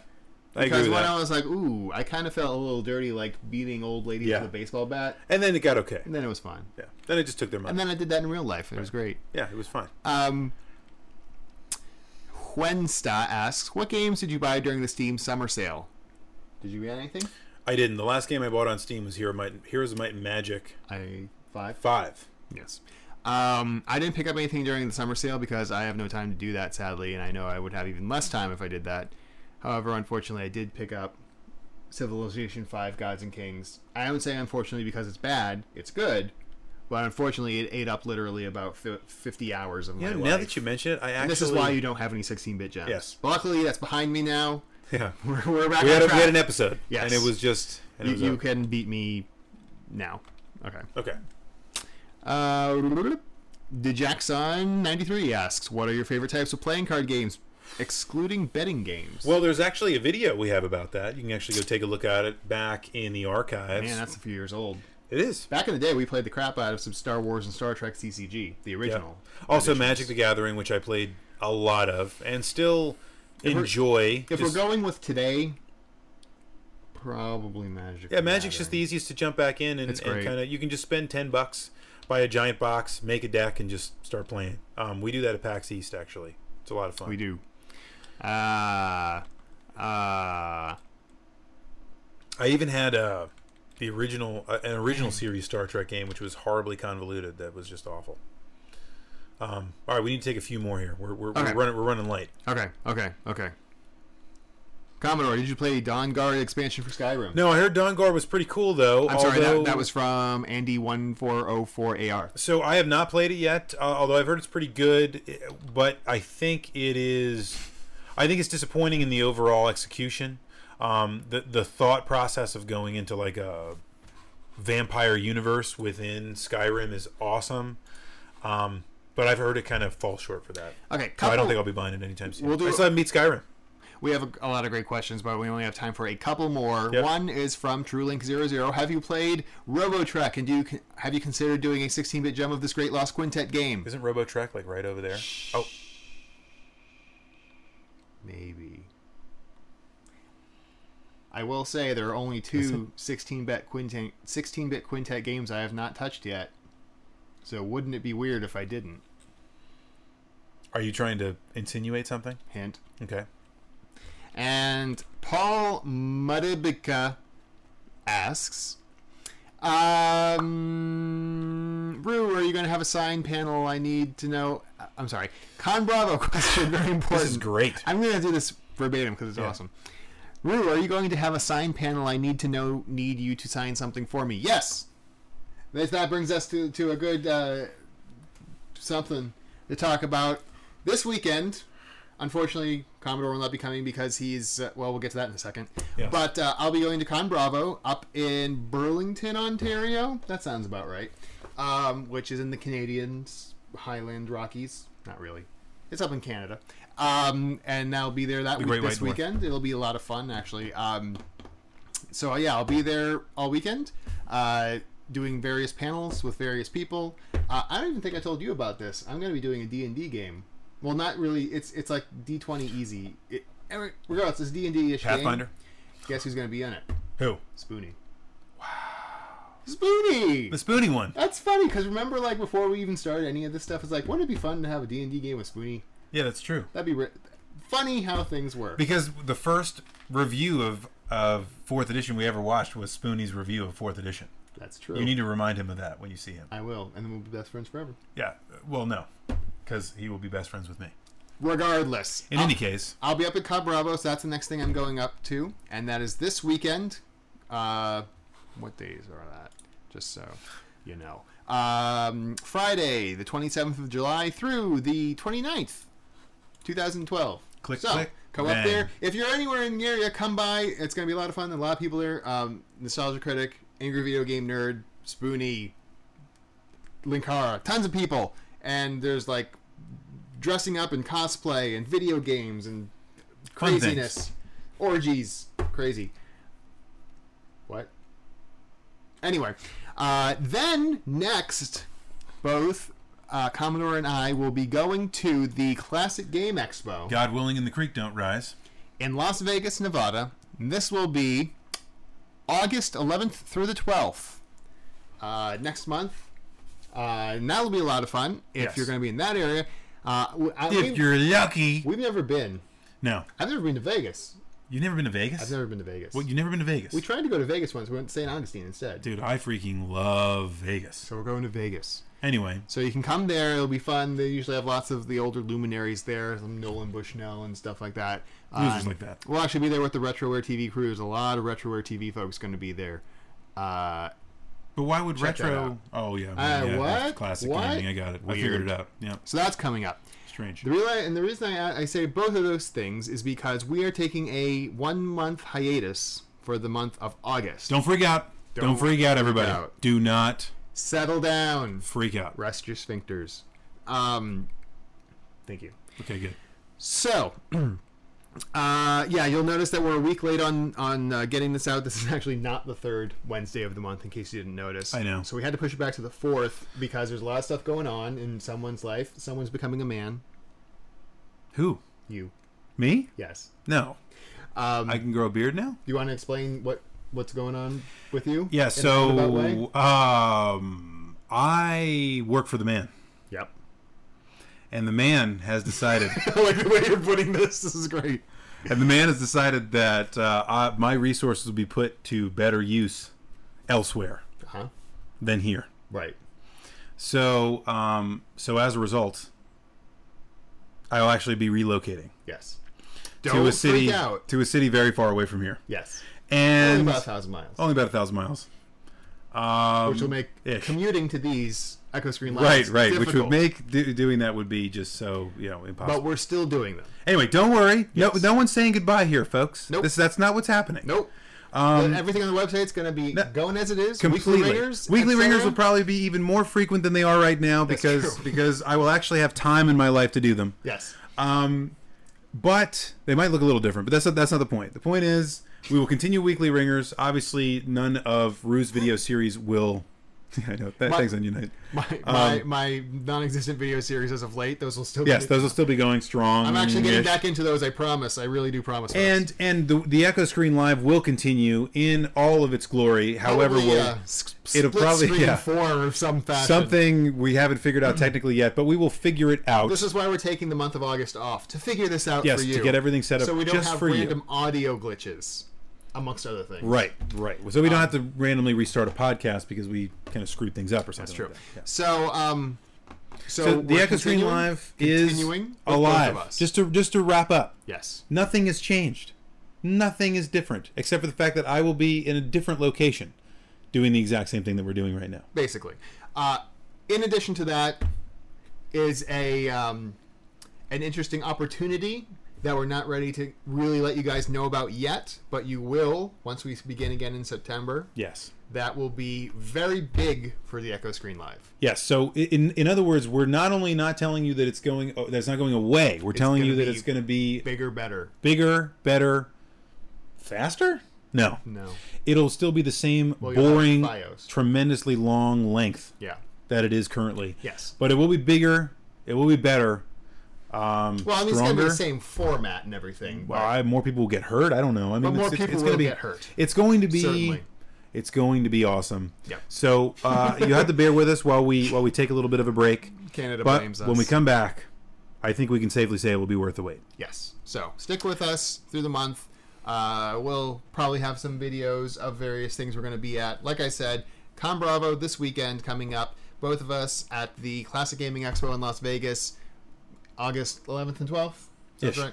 Speaker 2: I agree
Speaker 1: Because
Speaker 2: with
Speaker 1: when
Speaker 2: that.
Speaker 1: I was like, ooh, I kind of felt a little dirty, like beating old ladies
Speaker 2: Yeah.
Speaker 1: with a baseball bat,
Speaker 2: and then it got okay.
Speaker 1: and then it was fine.
Speaker 2: Yeah. Then it just took their money.
Speaker 1: Mm. And then I did that in real life. It was great.
Speaker 2: yeah, it was fine.
Speaker 1: Um, Huensta asks, what games did you buy during the Steam summer sale? Did you get anything?
Speaker 2: I didn't. The last game I bought on Steam was Hero Might, Heroes of Might and Magic
Speaker 1: I five.
Speaker 2: Five.
Speaker 1: Yes. Um, I didn't pick up anything during the summer sale because I have no time to do that, sadly, and I know I would have even less time if I did that. However, unfortunately, I did pick up Civilization Five: Gods and Kings. I would say unfortunately because it's bad. It's good, but unfortunately, it ate up literally about fi- fifty hours of my
Speaker 2: Yeah.
Speaker 1: life.
Speaker 2: Now that you mention it, I actually.
Speaker 1: And this is why you don't have any 16-bit gems.
Speaker 2: Yes.
Speaker 1: But luckily, that's behind me now.
Speaker 2: Yeah.
Speaker 1: We're, we're back
Speaker 2: We had, a,
Speaker 1: on
Speaker 2: we
Speaker 1: track.
Speaker 2: had an episode.
Speaker 1: Yes.
Speaker 2: And it was just. And it
Speaker 1: you,
Speaker 2: was
Speaker 1: you
Speaker 2: over.
Speaker 1: can beat me now. Okay.
Speaker 2: Okay.
Speaker 1: Uh, Dejaxon93 asks, What are your favorite types of playing card games, excluding betting games?
Speaker 2: Well, there's actually a video we have about that. You can actually go take a look at it back in the archives.
Speaker 1: Man, that's a few years old.
Speaker 2: it is.
Speaker 1: Back in the day, we played the crap out of some Star Wars and Star Trek CCG, the
Speaker 2: Yeah.
Speaker 1: original.
Speaker 2: Also, Magic the Gathering, which I played a lot of and still
Speaker 1: we're-
Speaker 2: enjoy.
Speaker 1: If
Speaker 2: Just-
Speaker 1: we're going with today, probably Magic.
Speaker 2: Yeah, Magic's just the easiest to jump back in and,
Speaker 1: It's great.
Speaker 2: kind of you can just spend ten bucks, buy a giant box, make a deck, and just start playing. Um, we do that at PAX East actually. It's a lot of fun.
Speaker 1: We do. Uh, uh,
Speaker 2: I even had uh, the original uh, an original series Star Trek game, which was horribly convoluted. That was just awful. Um, all right, we need to take a few more here. We're we're,
Speaker 1: Okay.
Speaker 2: we're running we're running late.
Speaker 1: okay, okay, okay. Commodore, did you play Dawn Guard expansion for Skyrim?
Speaker 2: No, I heard Don Gar was pretty cool though.
Speaker 1: I'm sorry, that,
Speaker 2: although-
Speaker 1: that was from Andy1404AR.
Speaker 2: So I have not played it yet, uh, although I've heard it's pretty good. eh, But I think it is, I think it's disappointing in the overall execution. Um, the the thought process of going into like a vampire universe within Skyrim is awesome, um, but I've heard it kind of falls short for that.
Speaker 1: Okay,
Speaker 2: So I
Speaker 1: couple-
Speaker 2: don't think I'll be buying it anytime soon.
Speaker 1: We'll do-
Speaker 2: I still haven't beat Skyrim.
Speaker 1: We have a, a lot of great questions, but we only have time for a couple more.
Speaker 2: Yep.
Speaker 1: One is from TrueLink00. Have you played RoboTrek, and do you con- have you considered doing a 16-bit gem of this Great Lost Quintet game?
Speaker 2: Isn't Robotrek like right over there? Oh,
Speaker 1: Maybe. I will say there are only two 16-bit quintet 16-bit quintet games I have not touched yet. So wouldn't it be weird if I didn't?
Speaker 2: Are you trying to insinuate something?
Speaker 1: Hint.
Speaker 2: Okay.
Speaker 1: And Paul Mudibika asks, um, Rue, are you going to have a sign panel? I need to know. Uh, I'm sorry. Con Bravo question, very important.
Speaker 2: This is great.
Speaker 1: I'm going to do this verbatim because it's awesome. Rue, are you going to have a sign panel? I need to know, need you to sign something for me. Yes. That that brings us to, to a good uh, something to talk about this weekend. Unfortunately, Commodore will not be coming because he's uh, well. We'll get to that in a second.
Speaker 2: Yes.
Speaker 1: But uh, I'll be going to Con Bravo up in Burlington, Ontario. That sounds about right. Um, which is in the Canadian Highland Rockies. Not really. It's up in Canada. Um, and I'll be there that week,
Speaker 2: Great White
Speaker 1: this
Speaker 2: North.
Speaker 1: weekend. It'll be a lot of fun, actually. Um, so uh, yeah, I'll be there all weekend, uh, doing various panels with various people. Uh, I don't even think I told you about this. I'm going to be doing d and D game. Well, not really. It's it's like D20 easy. It, anyway, regardless, it's D and D ish.
Speaker 2: Pathfinder.
Speaker 1: Guess who's going to be in it?
Speaker 2: Who?
Speaker 1: Spoonie. Wow. Spoonie.
Speaker 2: The Spoony one.
Speaker 1: That's funny because remember, like before we even started any of this stuff, it's like, wouldn't it be fun to have a D and D game with Spoonie?
Speaker 2: Yeah, that's true.
Speaker 1: That'd be ri funny how things work.
Speaker 2: Because the first review of of fourth edition we ever watched was Spoonie's review of fourth edition.
Speaker 1: That's true.
Speaker 2: You need to remind him of that when you see him.
Speaker 1: I will, and then we'll be best friends forever.
Speaker 2: Yeah. Well, no, because he will be best friends with me.
Speaker 1: Regardless,
Speaker 2: In any case,
Speaker 1: I'll be up at Cabo Bravo, so that's the next thing I'm going up to, and that is this weekend. Uh, what days are that? Just so you know. Um, Friday, the 27th of July through the 29th, 2012.
Speaker 2: Click,
Speaker 1: so,
Speaker 2: click,
Speaker 1: Come up
Speaker 2: bang.
Speaker 1: there. If you're anywhere in the area, come by. It's going to be a lot of fun. A lot of people there. Um, Nostalgia Critic, Angry Video Game Nerd, Spoonie, Linkara, tons of people. And there's like dressing up and cosplay and video games and
Speaker 2: Fun things.
Speaker 1: craziness, orgies, crazy. What? Anyway, uh, then next, both uh, Commodore and I will be going to the Classic Game Expo
Speaker 2: God willing, and the creek don't rise.
Speaker 1: in Las Vegas, Nevada. This will be August 11th through the 12th uh, next month. Uh, and that'll be a lot of fun if
Speaker 2: Yes.
Speaker 1: you're going to be in that area. Uh, w- I-
Speaker 2: If
Speaker 1: we-
Speaker 2: you're lucky.
Speaker 1: we've never been.
Speaker 2: No,
Speaker 1: I've never been to Vegas.
Speaker 2: you've never been to Vegas.
Speaker 1: I've never been to Vegas.
Speaker 2: Well, you've never been to Vegas.
Speaker 1: we tried to go to Vegas once. We went to St. Augustine instead.
Speaker 2: Dude, I freaking love Vegas.
Speaker 1: So we're going to Vegas.
Speaker 2: Anyway,
Speaker 1: So you can come there. It'll be fun. They usually have lots of the older luminaries there, some Nolan Bushnell and stuff like that. Um,
Speaker 2: Losers like that.
Speaker 1: We'll actually be there with the RetroWare TV crew. There's a lot of RetroWare TV folks going to be there. Uh,
Speaker 2: but why would
Speaker 1: Check that
Speaker 2: retro?
Speaker 1: out.
Speaker 2: Oh yeah,
Speaker 1: Uh,
Speaker 2: yeah,
Speaker 1: what?
Speaker 2: that's Classic
Speaker 1: What?
Speaker 2: gaming. I got it. I
Speaker 1: Weird.
Speaker 2: figured it out. Yeah,
Speaker 1: so that's coming up.
Speaker 2: strange.
Speaker 1: The reason, and the reason I, I say both of those things is because we are taking a one month hiatus for the month of August.
Speaker 2: Don't freak out. Don't,
Speaker 1: Don't
Speaker 2: freak out, everybody.
Speaker 1: out.
Speaker 2: Do not
Speaker 1: settle down.
Speaker 2: freak out.
Speaker 1: Rest your sphincters. Um, thank you.
Speaker 2: Okay, good.
Speaker 1: So, uh, yeah, you'll notice that we're a week late on on uh, getting this out. This is actually not the third Wednesday of the month, in case you didn't notice.
Speaker 2: I know.
Speaker 1: So we had to push it back to the fourth because there's a lot of stuff going on in someone's life. Someone's becoming a man.
Speaker 2: Who?
Speaker 1: You,
Speaker 2: Me?
Speaker 1: yes.
Speaker 2: No.
Speaker 1: Um,
Speaker 2: I can grow a beard now.
Speaker 1: do you want to explain what what's going on with you?
Speaker 2: Yeah.
Speaker 1: in a roundabout way?
Speaker 2: So, um, I work for the man,
Speaker 1: Yep.
Speaker 2: and the man has decided.
Speaker 1: I like the way you're putting this. This is great.
Speaker 2: and the man has decided that uh, I, my resources will be put to better use elsewhere
Speaker 1: Huh?
Speaker 2: than here.
Speaker 1: Right.
Speaker 2: So, um, so as a result, I'll actually be relocating
Speaker 1: Yes.
Speaker 2: to
Speaker 1: Don't
Speaker 2: a city
Speaker 1: freak out.
Speaker 2: to a city very far away from here,
Speaker 1: Yes.
Speaker 2: and
Speaker 1: Only about a thousand miles.
Speaker 2: only about a thousand miles. Um,
Speaker 1: which will make
Speaker 2: ish.
Speaker 1: commuting to these echo screen
Speaker 2: right,
Speaker 1: lines
Speaker 2: right, which
Speaker 1: difficult.
Speaker 2: would make do, doing that would be just so you know impossible.
Speaker 1: but we're still doing them
Speaker 2: anyway, don't worry.
Speaker 1: Yes.
Speaker 2: No, no one's saying goodbye here, folks.
Speaker 1: Nope.
Speaker 2: This, that's not what's happening.
Speaker 1: nope
Speaker 2: Um,
Speaker 1: But everything on the website's going to be going as it is
Speaker 2: completely.
Speaker 1: weekly ringers
Speaker 2: Weekly
Speaker 1: etc.
Speaker 2: ringers will probably be even more frequent than they are right now because
Speaker 1: true.
Speaker 2: because I will actually have time in my life to do them.
Speaker 1: yes
Speaker 2: Um, but they might look a little different. But that's not, that's not the point. The point is we will continue weekly ringers. Obviously, none of Rue's video series will I know. That, thanks, Onion Knight.
Speaker 1: My, my, my non-existent video series as of late. Those will still.
Speaker 2: Yes,
Speaker 1: Be,
Speaker 2: those will still be going strong.
Speaker 1: I'm actually getting back into those. I promise. I really do promise. folks.
Speaker 2: And and the the Echo Screen Live will continue in all of its glory. However,
Speaker 1: Probably,
Speaker 2: we'll,
Speaker 1: uh, s-
Speaker 2: it'll
Speaker 1: split
Speaker 2: probably-
Speaker 1: screen
Speaker 2: yeah.
Speaker 1: form of some fashion.
Speaker 2: something we haven't figured out technically yet, but we will figure it out.
Speaker 1: This is why we're taking the month of August off to figure this out
Speaker 2: Yes,
Speaker 1: for
Speaker 2: to
Speaker 1: you.
Speaker 2: get everything set up
Speaker 1: so we don't
Speaker 2: just
Speaker 1: have
Speaker 2: for you.
Speaker 1: random audio glitches, amongst other things.
Speaker 2: right, right. So we
Speaker 1: Uh,
Speaker 2: don't have to randomly restart a podcast because we kind of screwed things up or something.
Speaker 1: That's true.
Speaker 2: Like that. Yeah.
Speaker 1: So, um, so,
Speaker 2: So the
Speaker 1: we're
Speaker 2: Echo Screen
Speaker 1: continuing-
Speaker 2: Live is
Speaker 1: continuing with both of
Speaker 2: alive.
Speaker 1: us.
Speaker 2: Just to just to wrap up,
Speaker 1: yes,
Speaker 2: nothing has changed. Nothing is different except for the fact that I will be in a different location, doing the exact same thing that we're doing right now.
Speaker 1: basically. Uh, in addition to that, is a um, an interesting opportunity that we're not ready to really let you guys know about yet, but you will once we begin again in September.
Speaker 2: Yes.
Speaker 1: That will be very big for the Echo Screen Live.
Speaker 2: Yes. So i- in in other words, we're not only not telling you that it's going oh, that it's not going away. We're telling
Speaker 1: gonna
Speaker 2: you that
Speaker 1: be
Speaker 2: it's going to be
Speaker 1: Bigger, better.
Speaker 2: bigger, better, faster. No,
Speaker 1: No.
Speaker 2: it'll still be the same
Speaker 1: you'll have
Speaker 2: boring,
Speaker 1: bios.
Speaker 2: tremendously long length
Speaker 1: Yeah.
Speaker 2: that it is currently.
Speaker 1: Yes.
Speaker 2: But it will be bigger. It will be better. Um,
Speaker 1: Well, I mean, it's gonna be
Speaker 2: stronger.
Speaker 1: the same format and everything. But
Speaker 2: I, more people will get hurt. I don't know. I mean,
Speaker 1: more
Speaker 2: it's, it's-
Speaker 1: people
Speaker 2: it's gonna
Speaker 1: will
Speaker 2: be,
Speaker 1: get hurt.
Speaker 2: It's going to be.
Speaker 1: Certainly.
Speaker 2: It's going to be awesome.
Speaker 1: Yep.
Speaker 2: So uh, you have to bear with us while we while we take a little bit of a break.
Speaker 1: Canada
Speaker 2: but
Speaker 1: blames us.
Speaker 2: when we come back, I think we can safely say it will be worth the wait.
Speaker 1: Yes. So stick with us through the month. Uh, we'll probably have some videos of various things we're going to be at. Like I said, Con Bravo this weekend coming up. Both of us at the Classic Gaming Expo in Las Vegas, August 11th and 12th. That's
Speaker 2: Ish.
Speaker 1: right.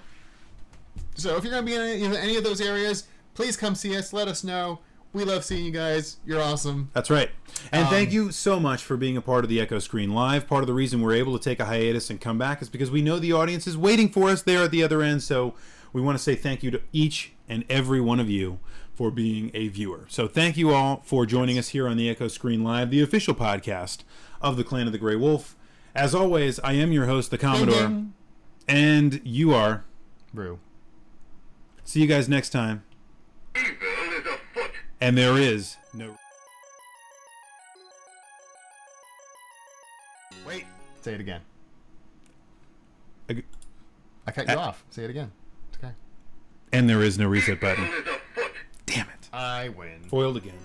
Speaker 1: So if you're going to be in any, in any of those areas, please come see us. Let us know. We love seeing you guys. You're awesome.
Speaker 2: That's right. And
Speaker 1: Um,
Speaker 2: thank you so much for being a part of the Echo Screen Live. Part of the reason we're able to take a hiatus and come back is because we know the audience is waiting for us there at the other end. So we want to say thank you to each and every one of you for being a viewer. So thank you all for joining us here on the Echo Screen Live, the official podcast of the Clan of the Grey Wolf. As always, I am your host, the Commodore,
Speaker 1: ding.
Speaker 2: and you are.
Speaker 1: Brew.
Speaker 2: See you guys next time.
Speaker 3: Evil is afoot.
Speaker 2: And there is no.
Speaker 4: Wait.
Speaker 1: Say it again.
Speaker 2: Ag-
Speaker 1: I cut you off. Say it again. It's okay.
Speaker 2: And there is no reset button.
Speaker 3: Evil is afoot.
Speaker 2: Damn it.
Speaker 1: I win.
Speaker 2: Foiled again.